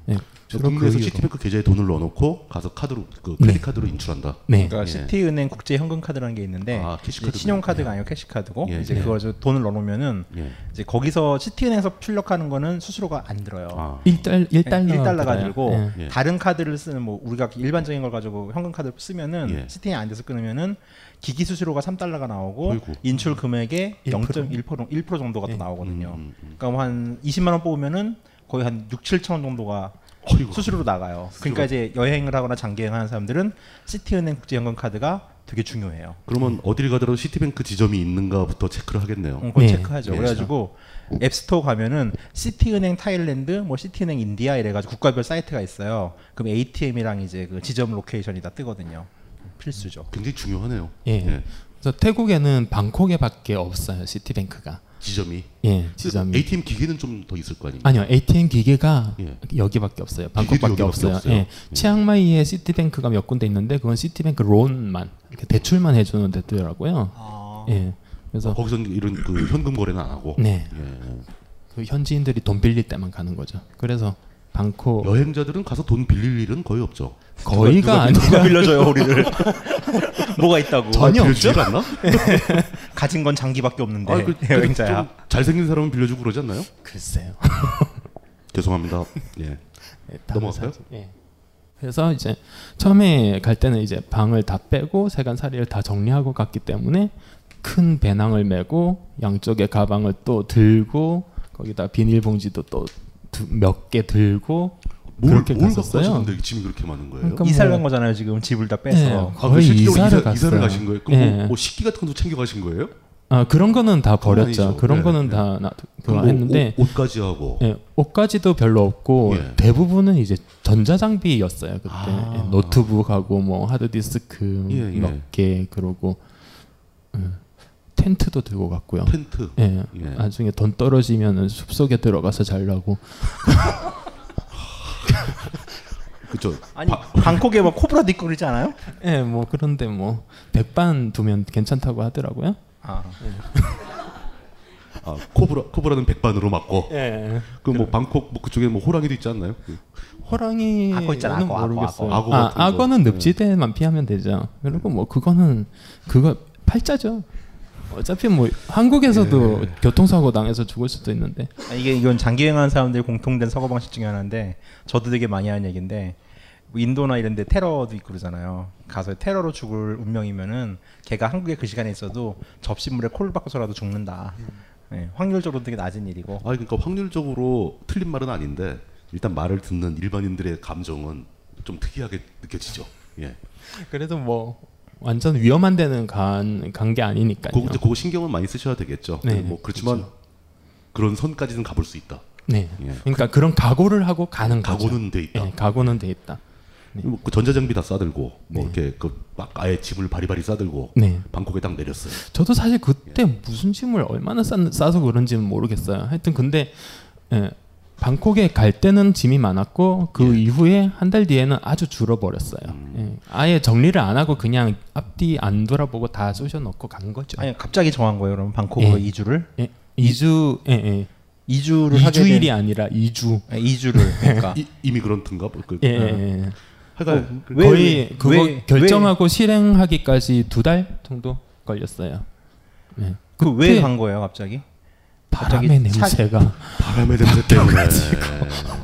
S8: 네,
S6: 저
S8: 주로 그
S6: 금리에서
S8: 이유로.
S6: 시티뱅크 계좌에 돈을 넣어놓고 가서 카드로 그
S8: 네.
S6: 크레딧 카드로 인출한다.
S7: 그러니까
S6: 예.
S7: 시티은행 국제 현금 카드라는 게 있는데 이제
S6: 카드군요.
S7: 신용카드가 아니고 캐시카드고
S6: 예,
S7: 이제
S6: 예.
S7: 그걸 저 돈을 넣어놓으면은
S6: 예.
S7: 이제 거기서 시티은행에서 출력하는 거는 수수료가 안 들어요.
S6: 아.
S8: 일 달- 일 달러가
S7: 가
S8: 들어요.
S7: 들고
S8: 예.
S7: 다른 카드를 쓰는 뭐 우리가 일반적인 걸 가지고 현금 카드를 쓰면은 시티은행 안 돼서 끊으면은 기기 수수료가 3달러가 나오고
S6: 어이구.
S7: 인출 금액의
S8: 1%.
S7: 0.1% 1% 정도가
S8: 예.
S7: 또 나오거든요. 그러니까 뭐한 20만 원 뽑으면은 거의 한 6, 7천 원 정도가 수수료로 나가요. 그러니까 이제 여행을 하거나 장기여행하는 사람들은 시티은행 국제연금 카드가 되게 중요해요.
S6: 그러면 어디를 가더라도 시티뱅크 지점이 있는가부터 체크를 하겠네요.
S7: 음, 그걸 체크하죠. 그래가지고 앱스토어 가면은 시티은행 타일랜드, 뭐 시티은행 인디아 이래가지고 국가별 사이트가 있어요. 그럼 ATM이랑 이제 그 지점 로케이션이 다 뜨거든요. 필수죠.
S6: 굉장히 중요하네요.
S8: 예. 그래서 태국에는 방콕에밖에 없어요. 시티뱅크가.
S6: 지점이.
S8: 예, 지점이.
S6: ATM 기계는 좀 더 있을 거 아닙니까?
S8: 아니요, ATM 기계가 여기밖에 없어요. 방콕밖에
S6: 여기밖에
S8: 없어요.
S6: 없어요?
S8: 예. 치앙마이에 시티뱅크가 몇 군데 있는데 그건 시티뱅크 론만 이렇게 대출만 해주는 데더라고요. 예. 그래서
S6: 거기서 이런 그 현금 거래는 안 하고.
S8: 네.
S6: 예.
S8: 그 현지인들이 돈 빌릴 때만 가는 거죠. 그래서 방콕
S6: 여행자들은 가서 돈 빌릴 일은 거의 없죠.
S8: 거의가
S6: 누가-
S8: 아니라
S6: 누가 빌려줘요, 우리를?
S7: 뭐가 있다고?
S6: 전혀 아, 빌려주지가 없죠? 않나?
S7: 가진 건 장기밖에 없는데
S6: 아, 그-
S7: 네, 여행자야.
S6: 좀 잘생긴 사람은 빌려주고 그러지 않나요?
S8: 글쎄요.
S6: 죄송합니다. 예. 넘어갈까요?
S8: 예. 그래서 이제 처음에 갈 때는 이제 방을 다 빼고 세간 사리를 다 정리하고 갔기 때문에 큰 배낭을 메고 양쪽에 가방을 또 들고 거기다 비닐봉지도 또 몇 개 들고
S6: 뭘,
S8: 그렇게
S6: 뭘 갖고
S8: 갔었어요.
S6: 하셨는데 짐이 그렇게 많은 거예요?
S8: 그러니까
S7: 이사를 간 거잖아요. 지금 집을 다 빼서.
S8: 예,
S6: 아, 그
S8: 거의
S6: 실제로
S8: 이사를
S6: 이사,
S8: 갔어요.
S6: 이사를 가신 거예요? 그럼
S8: 예.
S6: 뭐, 뭐 식기 같은 것도 챙겨 가신 거예요?
S8: 아 그런 거는 다
S6: 그건
S8: 버렸죠.
S6: 아니죠.
S8: 그런
S6: 네,
S8: 거는
S6: 네.
S8: 다
S6: 그럼
S8: 나, 그거
S6: 뭐
S8: 했는데
S6: 옷- 옷까지 하고.
S8: 예, 옷까지도 별로 없고
S6: 예.
S8: 대부분은 이제 전자 장비였어요 그때 예, 노트북하고 뭐 하드디스크
S6: 아. 예, 예.
S8: 몇 개 그러고 음, 텐트도 들고 갔고요.
S6: 텐트.
S8: 예,
S6: 예.
S8: 나중에 돈 떨어지면은 숲 속에 들어가서 자려고.
S6: 그죠.
S7: 아니
S6: 네.
S7: 방콕에 뭐 코브라 뒷거리지 않아요?
S8: 예, 뭐 그런데 뭐 백반 두면 괜찮다고 하더라고요.
S7: 아.
S6: 아, 코브라 코브라는 백반으로 맞고.
S8: 예.
S6: 그럼 뭐 방콕 뭐 그쪽에 뭐 호랑이도 있지 않나요?
S8: 호랑이
S7: 악어 있잖아,
S8: 는
S7: 악어, 악어,
S8: 모르겠어요.
S6: 악어. 악어
S8: 아,
S6: 같은 거.
S8: 악어는 늪지대만 피하면 되죠. 그리고 뭐 그거는 그거 팔자죠. 어차피 뭐 한국에서도 교통사고 당해서 죽을 수도 있는데.
S7: 아, 이게 이건 장기행하는 사람들이 공통된 사고 방식 중에 하나인데 저도 되게 많이 하는 얘기인데 뭐 인도나 이런 데 테러도 있고 그러잖아요. 가서 테러로 죽을 운명이면은 걔가 한국에 그 시간에 있어도 접시물에 코를 박고서라도 죽는다. 예, 확률적으로 되게 낮은 일이고.
S6: 아, 그러니까 확률적으로 틀린 말은 아닌데 일단 말을 듣는 일반인들의 감정은 좀 특이하게 느껴지죠. 예.
S8: 그래도 뭐 완전 위험한 데는 간 간 게 아니니까요.
S6: 그거 근데 그거 신경을 많이 쓰셔야 되겠죠.
S8: 네,
S6: 뭐 그렇지만 그런 선까지는 가볼 수 있다.
S8: 네.
S6: 예.
S8: 그러니까 그런 각오를 하고 가는 거죠.
S6: 각오는 돼 있다.
S8: 예, 각오는 돼 있다.
S6: 뭐그 전자장비 다 싸들고 뭐 이렇게 그 막 아예 집을 바리바리 싸들고
S8: 네.
S6: 방콕에 딱 내렸어요.
S8: 저도 사실 그때 무슨 짐을 얼마나 싸, 싸서 그런지는 모르겠어요. 하여튼 근데 예, 방콕에 갈 때는 짐이 많았고
S7: 예.
S8: 그 이후에 한 달 뒤에는 아주 줄어버렸어요.
S7: 음.
S8: 예, 아예 정리를 안 하고 그냥 앞뒤 안 돌아보고 다 쑤셔넣고 간 거죠.
S7: 아니 갑자기 정한 거예요. 그럼 방콕으로
S8: 예.
S7: 이주를?
S8: 예, 2주 예, 예.
S7: 2주를 하게 된-
S8: 2주일이 아니라 2주.
S7: 예, 2주를 그러니까.
S6: 이, 이미그런트인가? 그,
S7: 아.
S8: 예, 예, 예.
S6: 하여간
S8: 어,
S6: 그-
S8: 거의 그거 결정하고 실행하기까지 두 달 정도 걸렸어요. 예.
S7: 그 왜 간 거예요, 갑자기?
S8: 바람의
S7: 갑자기 차-
S8: 냄새가
S6: 바람의 냄새 때문에.
S8: 바뀌어가지고.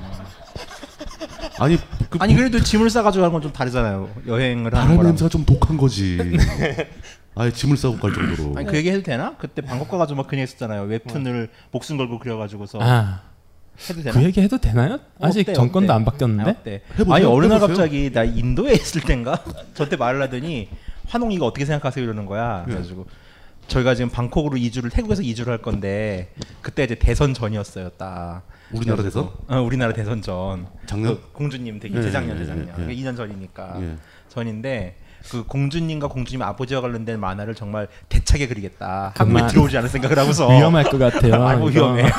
S6: 아니 그
S7: 아니 그래도 짐을 싸가지고 하는 건 좀 다르잖아요. 여행을 하는
S6: 바람
S7: 거랑.
S6: 냄새가 좀 독한 거지. 아예 짐을 싸고 갈 정도로.
S7: 아니 그 얘기 해도 되나? 그때 방콕 가가지고 막 그냥 했었잖아요. 웹툰을 목숨 걸고 그려가지고서
S8: 아.
S7: 해도 되나?
S8: 그 얘기 해도 되나요? 아직 정권도 안 바뀌었는데?
S7: 아, 어때?
S8: 해보세요,
S7: 아니 어느 날
S8: 해보세요.
S7: 갑자기 나 인도에 있을 땐가 저때 말을 하더니 환웅 이거 어떻게 생각하세요 이러는 거야.
S6: 네.
S7: 그래가지고 저희가 지금 방콕으로 이주를 태국에서 이주를 할 건데 그때 이제 대선 전이었어요. 딱
S6: 우리나라
S7: 그래가지고,
S6: 대선?
S7: 어, 우리나라 대선 전.
S6: 작년?
S7: 그 공주님 되게
S6: 예,
S7: 재작년
S6: 예,
S7: 재작년.
S6: 예, 예.
S7: 그러니까 2년 전이니까
S6: 예.
S7: 전인데. 그 공주님과 공주님 아버지와 관련된 만화를 정말 대차게 그리겠다. 한국에
S8: 그만.
S7: 들어오지 않을 생각을 하고서
S8: 위험할 것 같아요,
S7: 아이고
S8: 이거.
S7: 위험해.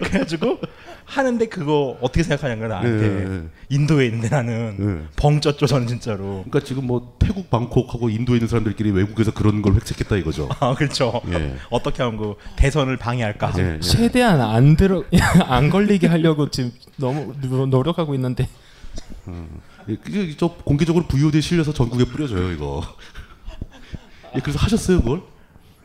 S7: 그래가지고 하는데 그거 어떻게 생각하냐는 거 나한테
S6: 예, 예.
S7: 인도에 있는데 나는
S6: 예.
S7: 벙쪘죠 저는 진짜로.
S6: 그러니까 지금 뭐 태국 방콕하고 인도에 있는 사람들끼리 외국에서 그런 걸 획책했다 이거죠.
S7: 아 그렇죠.
S6: 예.
S7: 어떻게 하면 그 대선을 방해할까?
S6: 예, 예.
S8: 최대한 안 들어 안 걸리게 하려고 지금 너무 노- 노력하고 있는데
S6: 음. 예, 그게 저 공개적으로 VOD 실려서 전국에 뿌려져요 이거. 예, 그래서 하셨어요 그걸?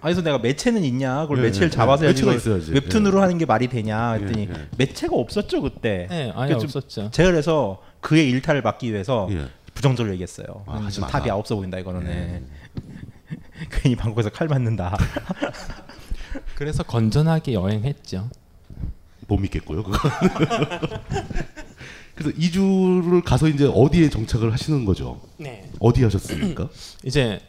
S7: 아, 그래서 내가 매체는 있냐? 그걸
S6: 예,
S7: 매체를
S6: 예,
S7: 잡아서
S6: 예.
S7: 해야지.
S6: 매체가
S7: 이걸
S6: 있어야지.
S7: 웹툰으로
S6: 예.
S7: 하는 게 말이 되냐? 했더니
S6: 예, 예.
S7: 매체가 없었죠 그때.
S8: 예, 아예
S6: 그러니까
S7: 그래서 좀
S8: 없었죠.
S7: 제가 그래서 그의 일탈을 막기 위해서
S6: 예.
S7: 부정적으로 얘기했어요.
S6: 아, 하지
S7: 음,
S6: 마라. 예.
S7: 답이 없어 보인다 이거는. 예. 괜히 방콕에서 칼 맞는다.
S8: 그래서 건전하게 여행했죠.
S6: 못 믿겠고요 그거. 그래서 이주를 가서 이제 어디에 정착을 하시는 거죠?
S8: 네.
S6: 어디 하셨습니까?
S8: 이제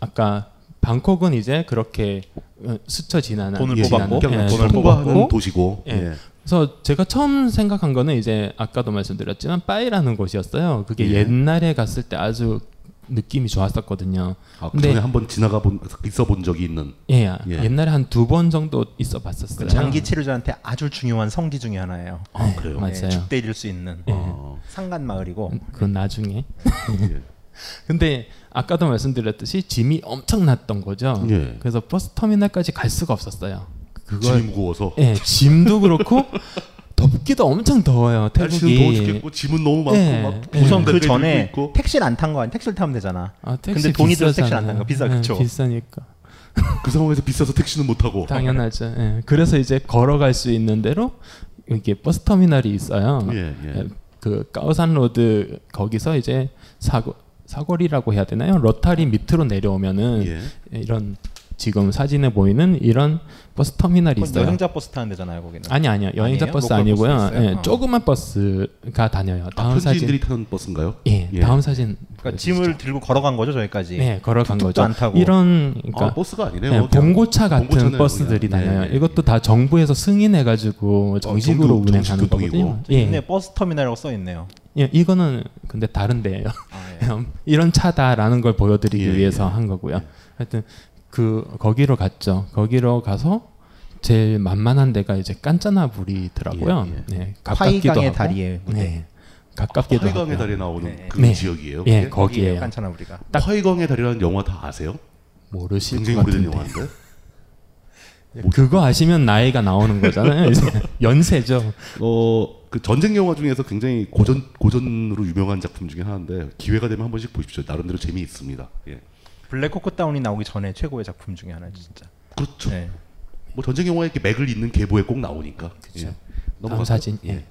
S8: 아까 방콕은 이제 그렇게 어, 스쳐 지나는
S6: 돈을
S8: 예,
S6: 뽑았고,
S8: 지나는,
S6: 돈을 뽑았고, 도시고,
S8: 예.
S6: 예.
S8: 그래서 제가 처음 생각한 거는 이제 아까도 말씀드렸지만 빠이라는 곳이었어요. 그게
S6: 예.
S8: 옛날에 갔을 때 아주 느낌이 좋았었거든요.
S6: 아, 그 전에
S8: 네.
S6: 한번 지나가 본 있어 본 적이 있는.
S8: 예, 옛날에 한 두 번 정도 있어 봤었어요.
S7: 그 장기 치료자한테 아주 중요한 성기 중에 하나예요.
S8: 아, 그래요?
S7: 네,
S8: 맞아요.
S7: 죽 때릴 수 있는
S6: 어.
S8: 예.
S7: 상간 마을이고.
S8: 그건 나중에.
S7: 예.
S8: 근데 아까도 말씀드렸듯이 짐이 엄청 났던 거죠.
S6: 예.
S8: 그래서 버스 터미널까지 갈 수가 없었어요.
S6: 짐이 무거워서?
S8: 예, 짐도 그렇고 덥기도 엄청
S7: 아,
S8: 더워요.
S6: 날씨는
S8: 태국이.
S6: 더워 죽겠고 짐은 너무 많고 막
S7: 우선
S8: 예.
S7: 그 전에 택시를 안 탄 거 아니야? 택시를 타면 되잖아.
S8: 아, 택시
S7: 근데 돈이 들어서
S8: 비싸잖아요.
S7: 택시를 안 탄 거 비싸
S8: 예,
S7: 그쵸? 아.
S8: 비싸니까.
S6: 그 상황에서 비싸서 택시는 못 타고.
S8: 당연하죠. 예. 그래서 이제 걸어갈 수 있는 대로 이게 버스 터미널이 있어요.
S6: 예, 예.
S8: 그 까오산 로드 거기서 이제 사고 사거리라고 해야 되나요? 로타리 밑으로 내려오면은
S7: 예.
S6: 예.
S8: 이런 지금 사진에 보이는 이런 버스 터미널이
S7: 그건
S8: 있어요.
S7: 여행자 버스 타는 데잖아요 거기는.
S8: 아니 아니요 여행자
S7: 아니에요?
S8: 버스
S7: 로컬
S8: 아니고요.
S7: 버스도 있어요?
S8: 예,
S7: 어.
S8: 조그만 버스가 다녀요. 다음
S6: 아, 현지인들이
S8: 사진.
S6: 타는 버스인가요?
S8: 예,
S6: 예.
S8: 다음 사진.
S7: 그러니까 짐을 들고 걸어간 거죠 저희까지.
S8: 네, 걸어간
S7: 툭툭도
S8: 거죠.
S7: 안 타고. 뭐,
S8: 이런 그러니까
S6: 아, 버스가 아니네요.
S8: 네, 봉고차 같은
S6: 봉고차네요,
S8: 버스들이
S6: 그냥.
S8: 다녀요.
S6: 예, 예.
S7: 네.
S8: 이것도 다 정부에서
S7: 어,
S8: 승인해가지고 정식으로
S6: 정부-
S8: 운행하는 거거든요.
S7: 예.
S8: 예,
S7: 네, 버스 터미널이라고 써 있네요.
S8: 예, 이거는 근데 다른데요.
S6: 아, 예.
S8: 음, 이런 차다라는 걸 보여드리기 위해서 한 거고요. 하여튼 그 거기로 갔죠. 거기로 가서 제일 만만한 데가 이제 깐짜나불이더라고요.
S6: 예, 예.
S8: 네, 가깝기도
S6: 화이강의
S8: 하고.
S6: 다리의 무대.
S8: 네, 가깝기도 하고.
S6: 화이강의 아, 다리에 나오는 그 지역이에요?
S8: 예,
S6: 그게?
S8: 거기에요.
S6: 딱 화이광의 다리라는 영화 다 아세요?
S8: 모르실
S6: 굉장히
S8: 것
S6: 오래된
S8: 같은데.
S6: 영화인데.
S8: 그거 아시면 나이가 나오는 거잖아요. 이제 연세죠.
S6: 어, 그 전쟁 영화 중에서 굉장히 고전 고전으로 유명한 작품 중에 하나인데 기회가 되면 한 번씩 보십시오. 나름대로 재미 있습니다. 예.
S7: 블랙 코크 다운이 나오기 전에 최고의 작품 중에 하나 진짜. 네.
S6: 그렇죠. 뭐 전쟁 영화에 이렇게 맥을 잇는 계보에 꼭 나오니까. 그렇죠.
S8: 다음 사진. 예.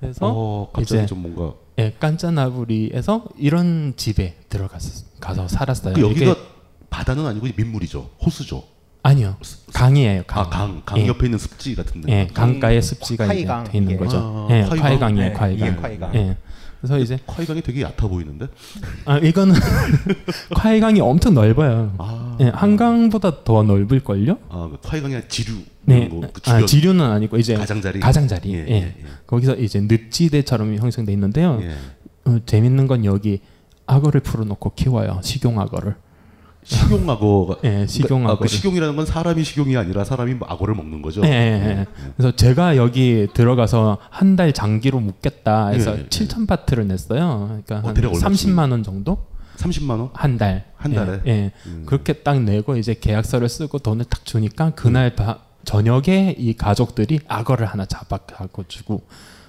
S8: 그래서
S6: 어, 갑자기
S8: 이제
S6: 좀 뭔가
S8: 예, 깐짜나부리에서 이런 집에 들어갔어 가서 살았어요.
S6: 그 여기가
S8: 네, 이게-
S6: 바다는 아니고 민물이죠. 호수죠.
S8: 아니요 강이에요. 강.
S6: 아, 강. 강
S8: 예.
S6: 옆에 있는 습지 같은데.
S8: 예, 강가에 습지가
S6: 네, 음,
S8: 이제
S6: 뭐 화이강,
S8: 돼 있는
S6: 이게.
S8: 거죠.
S6: 아,
S8: 예,
S6: 화이강?
S8: 화이강이에요.
S6: 예,
S8: 화이강.
S6: 이게 화이강.
S8: 예. 그래서 이제
S6: 화이강이 되게 얕아 보이는데.
S8: 아 이거는 화이강이 엄청 넓어요. 예, 한강보다 더 넓을 걸요?
S6: 아, 그 화이강이 아니라 지류
S8: 네,
S6: 이런 거, 그
S8: 아,
S6: 주변.
S8: 지류는 아니고 이제
S6: 가장자리?
S8: 가장자리.
S6: 예,
S8: 예,
S6: 예, 예.
S8: 거기서 이제 늪지대처럼 형성돼 있는데요. 어, 재밌는 건 여기 악어를 풀어놓고 키워요. 식용 악어를.
S6: 식용악어가
S8: 예, 식용악어.
S6: 아, 그 식용이라는 건 사람이 식용이 아니라 사람이 뭐 악어를 먹는 거죠.
S8: 예, 예, 예. 그래서 제가 여기 들어가서 한 달 장기로 묵겠다 해서
S6: 예, 예,
S8: 7천 바트를 냈어요. 그러니까 한
S6: 대략 얼마씩?
S8: 30만 원 정도?
S6: 30만 원?
S8: 한 달.
S6: 한
S8: 예,
S6: 달에? 음.
S8: 예. 그렇게 딱 내고 이제 계약서를 쓰고 돈을 딱 주니까 그날 바- 저녁에 이 가족들이 악어를 하나 잡아가고 주고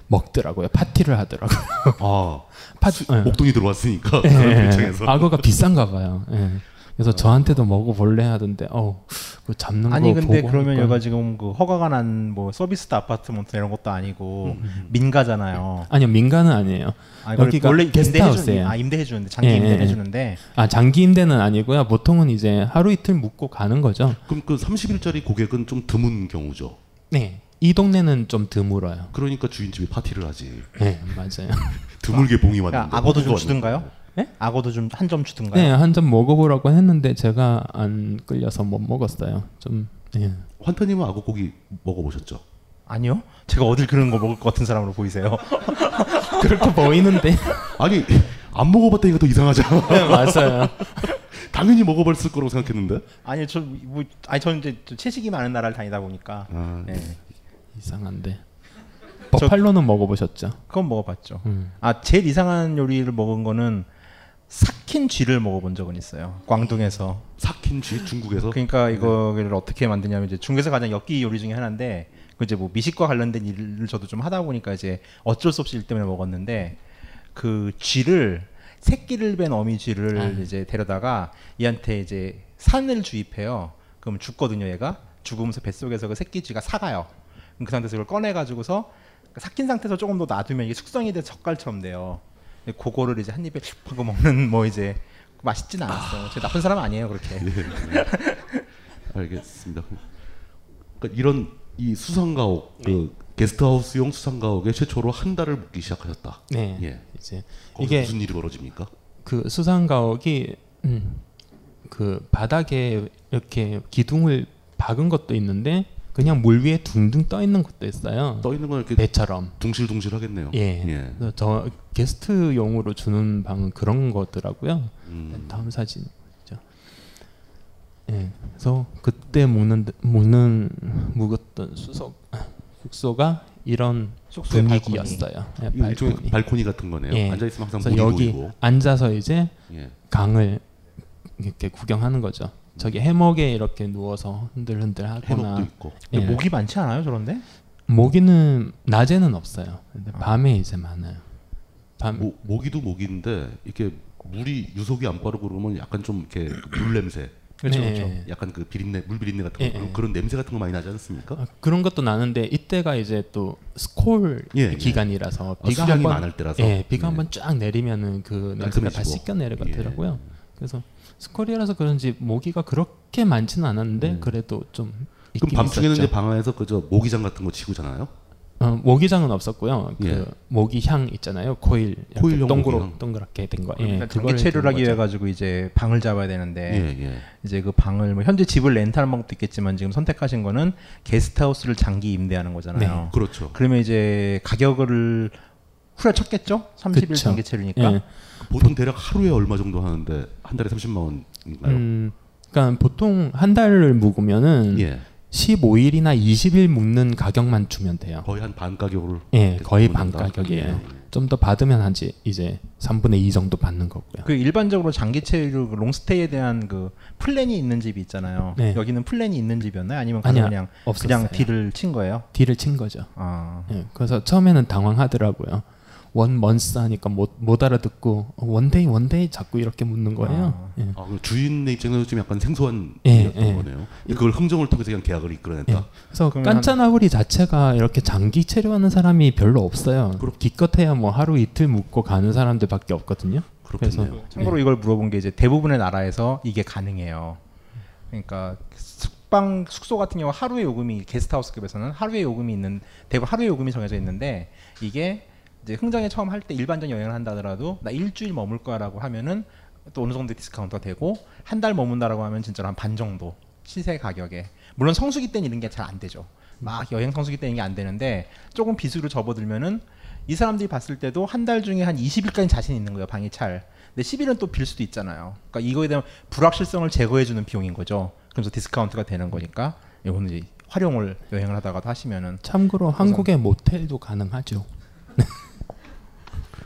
S8: 먹더라고요. 파티를 하더라고요.
S6: 아,
S8: 파티, 예.
S6: 목돈이 들어왔으니까
S8: 예,
S6: 아, 그런
S8: 예,
S6: 입장에서.
S8: 예. 악어가 비싼가 봐요. 예. 그래서 저한테도 먹어볼래 하던데, 어, 그 잡는
S7: 아니
S8: 거
S7: 근데
S8: 보고
S7: 그러면
S8: 하니까.
S7: 여기가 지금 그 허가가 난 뭐 서비스도 아파트먼트 이런 것도 아니고
S8: 음, 음.
S7: 민가잖아요.
S8: 아니요 민간은 아니에요.
S7: 아니, 원래-
S8: 여기가
S7: 원래 임대해 주는-
S8: 게스트하우스예요.
S7: 아, 임대해 주는데, 장기 임대해 주는데.
S8: 아 장기 임대는 아니고요. 보통은 이제 하루 이틀 묵고 가는 거죠.
S6: 그럼 그 30일짜리 고객은 좀 드문 경우죠.
S8: 네. 이 동네는 좀 드물어요.
S6: 그러니까 주인집이 파티를 하지.
S8: 네, 맞아요.
S6: 드물게 봉이 왔는데.
S7: 야, 그러니까 악어도 좀
S6: 호수가
S7: 주든가요?
S6: 왔는데.
S7: 악어도 좀 한 점 주든가요?
S8: 예? 네, 한 점 먹어보라고 했는데 제가 안 끌려서 못 먹었어요. 좀 예.
S6: 환타님은 아구고기 먹어보셨죠?
S7: 아니요. 제가 어딜 그런 거 먹을 것 같은 사람으로 보이세요?
S8: 그렇게 보이는데.
S6: 아니 안 먹어봤다니까 더 이상하잖아.
S8: 네, 맞아요.
S6: 당연히 먹어봤을 거라고 생각했는데.
S7: 아니 저뭐 아니 저는 이제 좀 채식이 많은 나라를 다니다 보니까 네.
S6: 아,
S8: 이상한데. 버팔로는 먹어보셨죠?
S7: 그건 먹어봤죠. 아 제일 이상한 요리를 먹은 거는 삭힌 쥐를 먹어본 적은 있어요. 광둥에서
S6: 삭힌 쥐 중국에서.
S7: 그러니까 이거를 어떻게 만드냐면 이제 중국에서 가장 엽기 요리 중에 하나인데 그 이제 뭐 미식과 관련된 일을 저도 좀 하다 보니까 이제 어쩔 수 없이 일 때문에 먹었는데 그 쥐를 새끼를 뺀 어미 쥐를
S8: 아유.
S7: 이제 데려다가 얘한테 이제 산을 주입해요. 그럼 죽거든요, 얘가. 죽으면서 뱃속에서 그 새끼 쥐가 사가요. 그럼 그 상태에서 그걸 꺼내 가지고서 삭힌 상태에서 조금 더 놔두면 이게 숙성이 돼서 젓갈처럼 돼요. 근데 그거를 이제 한 입에 슉 하고 먹는 뭐 이제 맛있진 않았어요. 제가 나쁜 사람 아니에요, 그렇게.
S6: 알겠습니다. 그러니까 이런 이 수상가옥 그 게스트하우스용 수상가옥에 최초로 한 달을 묵기 시작하셨다.
S8: 네.
S6: 예.
S8: 이제
S6: 이게
S8: 이게-
S6: 무슨 일이 벌어집니까?
S8: 그 수상가옥이 음, 그 바닥에 이렇게 기둥을 박은 것도 있는데 그냥 물 위에 둥둥 떠 있는 것도 있어요.
S6: 떠 있는 건 이렇게
S8: 배처럼
S6: 둥실둥실 그 하겠네요.
S8: 예. 그래서 저 게스트용으로 주는 방은 그런 거더라고요. 네, 다음 사진. 보죠. 예. 그래서 그때 묵는 묵는 묵었던 수석 숙소가 이런
S6: 숙소의
S8: 분위기였어요.
S6: 발코니. 이거 일종의 발코니 같은 거네요. 앉아있으면 항상
S8: 네. 예. 그래서
S6: 물이
S8: 여기
S6: 보이고.
S8: 앉아서 이제
S6: 예.
S8: 강을 이렇게 구경하는 거죠. 저기 해먹에 이렇게 누워서 흔들흔들 하거나
S6: 해먹도 있고.
S8: 예.
S7: 근데 목이 많지 않아요, 저런데?
S8: 모기는 낮에는 없어요. 근데
S6: 아.
S8: 밤에 이제 많아요.
S6: 모, 모기도 모기인데 이렇게 물이 유속이 안 빠르고 그러면 약간 좀 이렇게 그물 냄새.
S8: 그렇죠, 네. 그렇죠.
S6: 약간 그 비린내, 물 비린내 같은 거
S8: 예, 어,
S6: 그런,
S8: 예.
S6: 그런 냄새 같은 거 많이 나지 않습니까?
S8: 아, 그런 것도 나는데 이때가 이제 또 스콜
S6: 예, 예.
S8: 기간이라서
S6: 아, 수량이 많을 때라서.
S8: 예,
S6: 예.
S8: 비가 한번 쫙 내리면은 그 냄새가 다
S6: 깔끔해지고. 예.
S8: 씻겨 내려가더라고요. 그래서 스콜이라서 그런지 모기가 그렇게 많지는 않았는데 그래도 좀
S6: 음. 그럼
S8: 있긴
S6: 밤중에는
S8: 있었죠.
S6: 이제 방 안에서 그저 모기장 같은 거 치고잖아요.
S8: 어, 모기장은 없었고요. 그
S6: 예.
S8: 모기향 있잖아요. 코일 이렇게
S6: 코일형
S8: 동그랗-
S6: 모기향.
S8: 동그랗게 된 거. 예,
S7: 그러니까
S8: 그거를
S7: 장기 체류를
S8: 든
S7: 하기
S8: 거죠.
S7: 위해 가지고 이제 방을 잡아야 되는데
S6: 예, 예.
S7: 이제 그 방을 뭐 현재 집을 렌탈한 방법도 있겠지만 지금 선택하신 거는 게스트하우스를 장기 임대하는 거잖아요.
S6: 네. 그렇죠.
S7: 그러면 이제 가격을 후려쳤겠죠? 30일
S6: 그쵸.
S7: 장기 체류니까.
S8: 예.
S6: 보통 대략 하루에 얼마 정도 하는데 한 달에 30만 원인가요?
S8: 음, 그러니까 보통 한 달을 묵으면은
S6: 예.
S8: 15일이나 20일 묵는 가격만 주면 돼요.
S6: 거의 한 반 가격으로.
S8: 예, 거의 반
S6: 묵는다.
S8: 가격이에요.
S6: 예, 그 예.
S8: 좀 더 받으면 한 지- 이제 3분의 2 정도 받는 거고요.
S7: 그 일반적으로 장기 체류 그 롱스테이에 대한 그 플랜이 있는 집이 있잖아요.
S8: 네.
S7: 여기는 플랜이 있는 집이었나요? 아니면
S8: 아니요,
S7: 그냥
S8: 없었어요.
S7: 그냥 딜을 친 거예요?
S8: 딜을 친 거죠.
S7: 아.
S8: 예, 그래서 처음에는 당황하더라고요. 원 먼스 하니까 못, 못 알아듣고 원데이 원데이 자꾸 이렇게 묻는 거예요. 예.
S6: 아, 그럼 주인의 입장에서 좀 약간 생소한
S8: 예,
S6: 일이었던
S8: 예.
S6: 거네요. 근데 그걸 흥정을 통해서 그냥 계약을 이끌어냈다.
S8: 그래서
S6: 그러면
S8: 깐짜나구리 자체가 이렇게 장기 체류하는 사람이 별로 없어요. 기껏해야 뭐 하루 이틀 묵고 가는 사람들밖에 없거든요. 그래서
S7: 참고로 이걸 물어본 게 이제 대부분의 나라에서 이게 가능해요. 그러니까 숙방 숙소 같은 경우 하루에 요금이 게스트하우스급에서는 하루에 요금이 있는 대부분 하루에 요금이 정해져 있는데 이게 이제 흥정에 처음 할 때 일반적 여행을 한다더라도 나 일주일 머물 거야라고 하면은 또 어느 정도 디스카운트가 되고 한 달 머문다라고 하면 진짜로 한 반 정도 시세 가격에 물론 성수기 때는 이런 게 잘 안 되죠. 막 여행 성수기 때는 이게 안 되는데 조금 비수로 접어들면은 이 사람들이 봤을 때도 한 달 중에 한 20일까지 자신 있는 거예요 방이 찰. 근데 10일은 또 빌 수도 있잖아요. 그러니까 이거에 대한 불확실성을 제거해주는 비용인 거죠. 그래서 디스카운트가 되는 거니까 예, 이거는 이제 활용을 여행을 하다가도 하시면은
S8: 참고로
S7: 항상-
S8: 한국의 모텔도 가능하죠.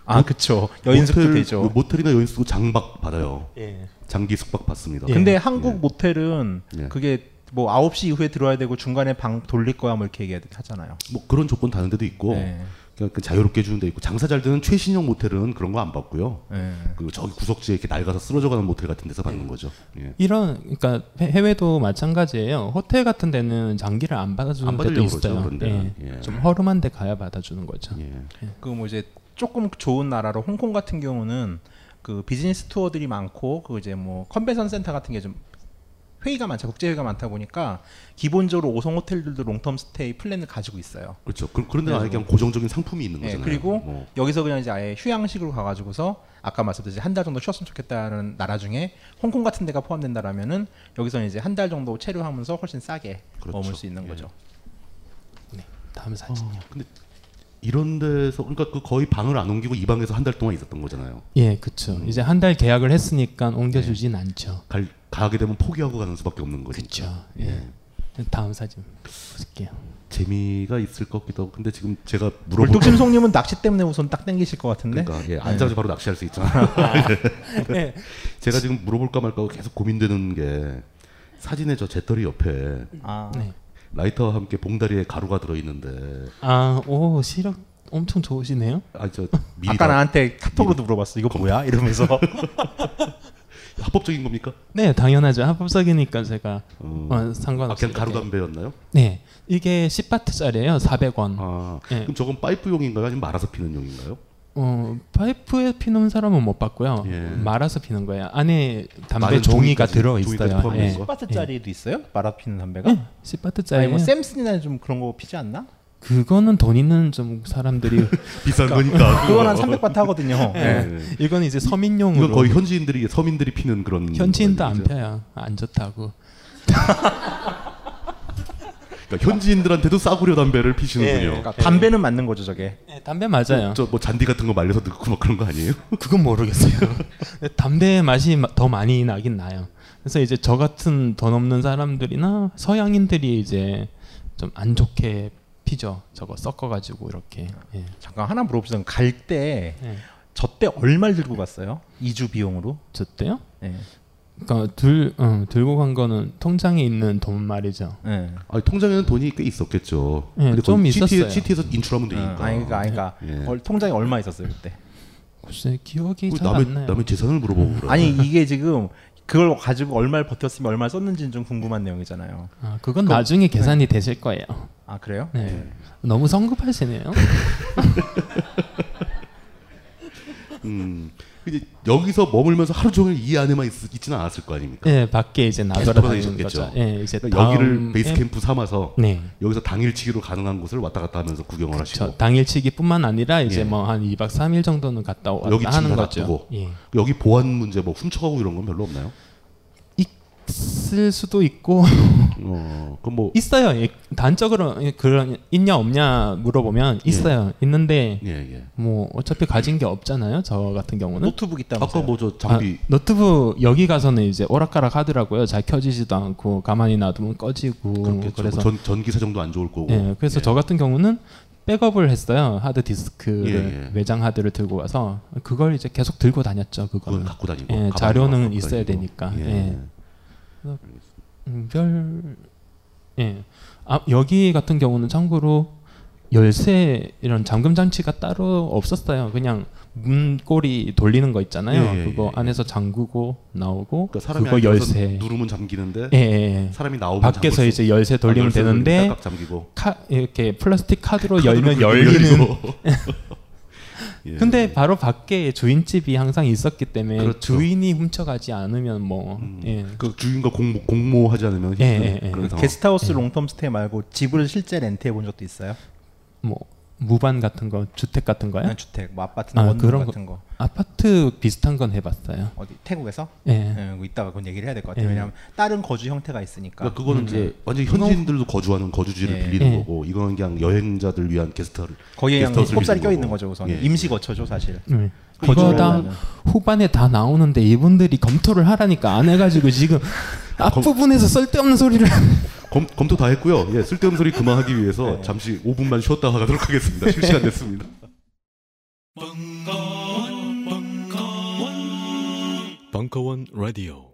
S7: 아 그쵸 여인숙도
S6: 모텔,
S7: 되죠.
S6: 그 모텔이나 여인숙도 장박 받아요.
S8: 예.
S6: 장기 숙박 받습니다.
S7: 근데 한국 모텔은
S6: 예.
S7: 그게 뭐 9시 이후에 들어와야 되고 중간에 방 돌릴 거야 뭐 이렇게 얘기하잖아요.
S6: 뭐 그런 조건 다른 데도 있고
S8: 예.
S6: 그냥 그 자유롭게 해주는 데 있고 장사 잘 되는 최신형 모텔은 그런 거 안 받고요.
S7: 네.
S6: 그 저기 구석지에 이렇게 낡아서 쓰러져가는 모텔 같은 데서 받는 거죠. 예.
S8: 이런 그러니까 해- 해외도 마찬가지예요. 호텔 같은 데는 장기를 안 받아주는
S6: 안
S8: 데도
S6: 받으려고 그러죠,
S8: 있어요.
S6: 그런 데는. 예.
S8: 좀 허름한 데 가야 받아주는 거죠.
S7: 그 뭐 이제 조금 좋은 나라로 홍콩 같은 경우는 그 비즈니스 투어들이 많고 그 이제 뭐 컨벤션 센터 같은 게 좀 회의가 많죠. 국제회의가 많다 보니까 기본적으로 5성 호텔들도 롱텀 스테이 플랜을 가지고 있어요.
S6: 그렇죠. 그, 그런데 아예
S7: 그래서-
S6: 그냥 고정적인 상품이 있는
S7: 예,
S6: 거잖아요.
S7: 네. 그리고
S6: 뭐.
S7: 여기서 그냥 이제 아예 휴양식으로 가가지고서 아까 말씀드렸듯이 한 달 정도 쉬었으면 좋겠다는 나라 중에 홍콩 같은 데가 포함된다라면은 여기서는 이제 한 달 정도 체류하면서 훨씬 싸게
S6: 그렇죠.
S7: 머물 수
S6: 예.
S7: 있는 거죠.
S8: 다음 사진이요.
S6: 근데 이런 데서 그러니까 그 거의 방을 안 옮기고 이 방에서 한 달 동안 있었던 거잖아요.
S8: 예, 그쵸.
S6: 음. 예.
S8: 이제 한 달 계약을 했으니까 옮겨주진 않죠.
S6: 갈, 가게 되면 포기하고 가는 수밖에 없는 거니까.
S8: 예. 다음 사진 볼게요.
S6: 재미가 있을 것 같기도 하고 근데 지금
S7: 아,
S6: 제가 물어볼
S7: 물뚝심송님은 낚시 때문에 우선 딱 땡기실 것 같은데.
S6: 그러니까 예,
S7: 네.
S6: 앉아서 바로 낚시할 수 있잖아요.
S7: 네.
S6: 제가 지금 물어볼까 말까 하고 계속 고민되는 게 사진에 저 재떨이 옆에
S7: 아.
S8: 네.
S6: 라이터와 함께 봉다리에 가루가 들어 있는데
S8: 아, 오 시력 엄청 좋으시네요.
S6: 아저
S7: 아까 나한테 카톡으로도 물어봤어. 이거 뭐야? 이러면서.
S6: 합법적인 겁니까?
S8: 네, 당연하죠. 합법적이니까 제가 어,
S6: 아, 그냥
S8: 상관없어요.
S6: 가루 담배였나요?
S8: 네, 이게 10바트짜리예요. 400원.
S6: 아,
S8: 네.
S6: 그럼 저건 파이프용인가요? 아니면 말아서 피는 용인가요?
S8: 어, 파이프에 피는 사람은 못 봤고요.
S6: 예.
S8: 말아서 피는 거예요. 안에 담배 종이가 들어 있어요. 예.
S7: 10바트짜리도 있어요? 마라 피는 담배가?
S8: 네, 10바트짜리예요. 음.
S7: 아니, 뭐 샘슨이나 좀 그런 거 피지 않나?
S8: 그거는 돈 있는 좀 사람들이
S6: 비싼
S8: 그러니까
S6: 거니까.
S7: 그건 한 300바트 하거든요.
S8: 예. 이건 이제 서민용으로.
S6: 네. 이건 거의 현지인들이 서민들이 피는 그런
S8: 현지인도 안
S6: 거죠?
S8: 펴요. 안 좋다고.
S6: 그러니까 현지인들한테도 싸구려 담배를
S8: 예,
S6: 피시는군요.
S7: 그러니까 담배는 맞는 거죠, 저게.
S8: 네, 담배 맞아요.
S6: 저 뭐 잔디 같은 거 말려서 넣고 막 그런 거 아니에요?
S8: 그건 모르겠어요. 근데 담배의 맛이 마- 더 많이 나긴 나요. 그래서 이제 저 같은 돈 없는 사람들이나 서양인들이 이제 좀 안 좋게 피죠. 저거 섞어가지고 이렇게. 예.
S7: 잠깐 하나 물어봅시다. 갈 때
S8: 네.
S7: 저 때 얼마를 들고 갔어요? 2주 비용으로?
S8: 저 때요?
S7: 네.
S8: 그러니까 들 응, 들고 간 거는 통장에 있는 돈 말이죠.
S7: 네.
S6: 아니, 통장에는 돈이 꽤 있었겠죠.
S8: 예,
S6: 근데
S8: 좀
S6: 거기 CT
S8: 있었어요. 그러니까
S6: CT에서 인출하면 되니까.
S7: 아니 그니까 아니 그니까
S6: 예.
S7: 통장에 그러니까 얼마 있었어요 그때?
S8: 글쎄 기억이
S6: 그
S8: 잘
S6: 남의-
S8: 안 나요. 음.
S6: 남의 재산을 물어보고 그래요.
S7: 아니 이게 지금 그걸 가지고 얼마를 버텼으면 얼마를 썼는지는 좀 궁금한 내용이잖아요.
S8: 아, 그건 나중에
S6: 네.
S8: 계산이 되실 거예요.
S7: 아 그래요?
S8: 네. 너무 성급하시네요.
S6: 그러니까. 음. 이제 여기서 머물면서 하루 종일 이 안에만 있, 있지는 않았을 거 아닙니까?
S8: 예, 밖에 이제
S6: 계속
S8: 나돌아다니는
S6: 돌아다니셨겠죠.
S8: 거죠. 예, 이제
S6: 그러니까 여기를
S8: 다음에-
S6: 베이스 캠프 삼아서
S8: 네.
S6: 여기서 당일치기로 가능한 곳을 왔다 갔다 하면서 구경을
S8: 저
S6: 하시고
S8: 당일치기뿐만 아니라 이제
S6: 예.
S8: 뭐 한 2박 3일 정도는 갔다 왔다
S6: 여기
S8: 하는
S6: 하는
S8: 거죠.
S6: 거고
S8: 예.
S6: 여기 보안 문제 뭐 훔쳐가고 이런 건 별로 없나요?
S8: 쓸 수도 있고
S6: 어, 그럼 뭐
S8: 있어요. 예, 단적으로 예, 그런 있냐 없냐
S6: 예.
S8: 물어보면 있어요. 있는데 뭐 어차피 가진 게 없잖아요. 저 같은 경우는
S7: 노트북 있다면서요?
S6: 아까 뭐저 장비-
S8: 아, 노트북 여기 가서는 이제 오락가락 하더라고요. 잘 켜지지도 않고 가만히 놔두면 꺼지고 뭐
S6: 그렇겠죠.
S8: 그래서
S6: 뭐 전, 전기 사정도 안 좋을 거고.
S8: 예, 그래서 저 같은 경우는 백업을 했어요. 하드 디스크를
S6: 예, 예.
S8: 외장 하드를 들고 와서 그걸 이제 계속 들고 다녔죠. 그거는
S6: 갖고 다니고,
S8: 예,
S6: 가방에
S8: 자료는
S6: 갖고
S8: 있어야
S6: 다니고.
S8: 되니까.
S6: 예.
S8: 예. 그래서, 음, 별 예. 아, 여기 같은 경우는 참고로 열쇠 이런 잠금 장치가 따로 없었어요. 그냥 문고리 돌리는 거 있잖아요.
S6: 예, 예,
S8: 그거 안에서 잠그고 나오고
S6: 그러니까 사람이
S8: 그거
S6: 앉아서
S8: 열쇠
S6: 누르면 잠기는데
S8: 예, 예, 예.
S6: 사람이 나오면
S8: 밖에서
S6: 잠글 수-
S8: 이제 열쇠
S6: 아,
S8: 돌리면
S6: 열쇠 돌리면
S8: 되는데
S6: 딱딱 잠기고.
S8: 카, 이렇게 플라스틱 카드로
S6: 카드로
S8: 열면
S6: 그
S8: 열리는
S6: 열리고. 예.
S8: 근데 바로 밖에 주인집이 항상 있었기 때문에
S6: 그렇죠.
S8: 주인이 훔쳐가지 않으면 뭐 예.
S6: 그 주인과 공모, 공모하지 않으면
S8: 예,
S6: 힘든
S8: 예, 예.
S6: 그런 상황.
S7: 게스트하우스 롱텀 스테이 말고 집을 실제 렌트해 본 적도 있어요?
S8: 뭐 무반 같은 거 주택 같은 거요?
S7: 아니, 주택, 뭐 아파트나 원룸 같은 거.
S8: 아파트 비슷한 건 해봤어요.
S7: 어디 태국에서?
S8: 예.
S7: 그거 뭐 이따가 그건 얘기를 해야 될 것 같아요.
S8: 예.
S7: 왜냐하면 다른 거주 형태가 있으니까.
S6: 그러니까 그거는
S7: 음,
S6: 이제
S7: 예.
S6: 완전 히 현지인들도 거주하는 거주지를
S7: 예.
S6: 빌리는
S7: 예.
S6: 거고 이거는 그냥 여행자들 위한 게스트를
S7: 거기에 그냥
S6: 게스트하우스를
S7: 꼽살이
S6: 빌리는
S7: 껴 있는
S6: 거고.
S7: 거죠 우선
S6: 예.
S7: 임시 거처죠 사실.
S8: 네.
S7: 거주를
S8: 그거 다
S7: 하려면.
S8: 후반에 다 나오는데 이분들이 검토를 하라니까 안 해가지고 지금 앞부분에서 쓸데없는 소리를
S6: 검, 검토 다 했고요. 예, 쓸데없는 소리 그만하기 위해서 잠시 5분만 쉬었다 가도록 하겠습니다. 쉴 시간 됐습니다.
S11: 벙커원 라디오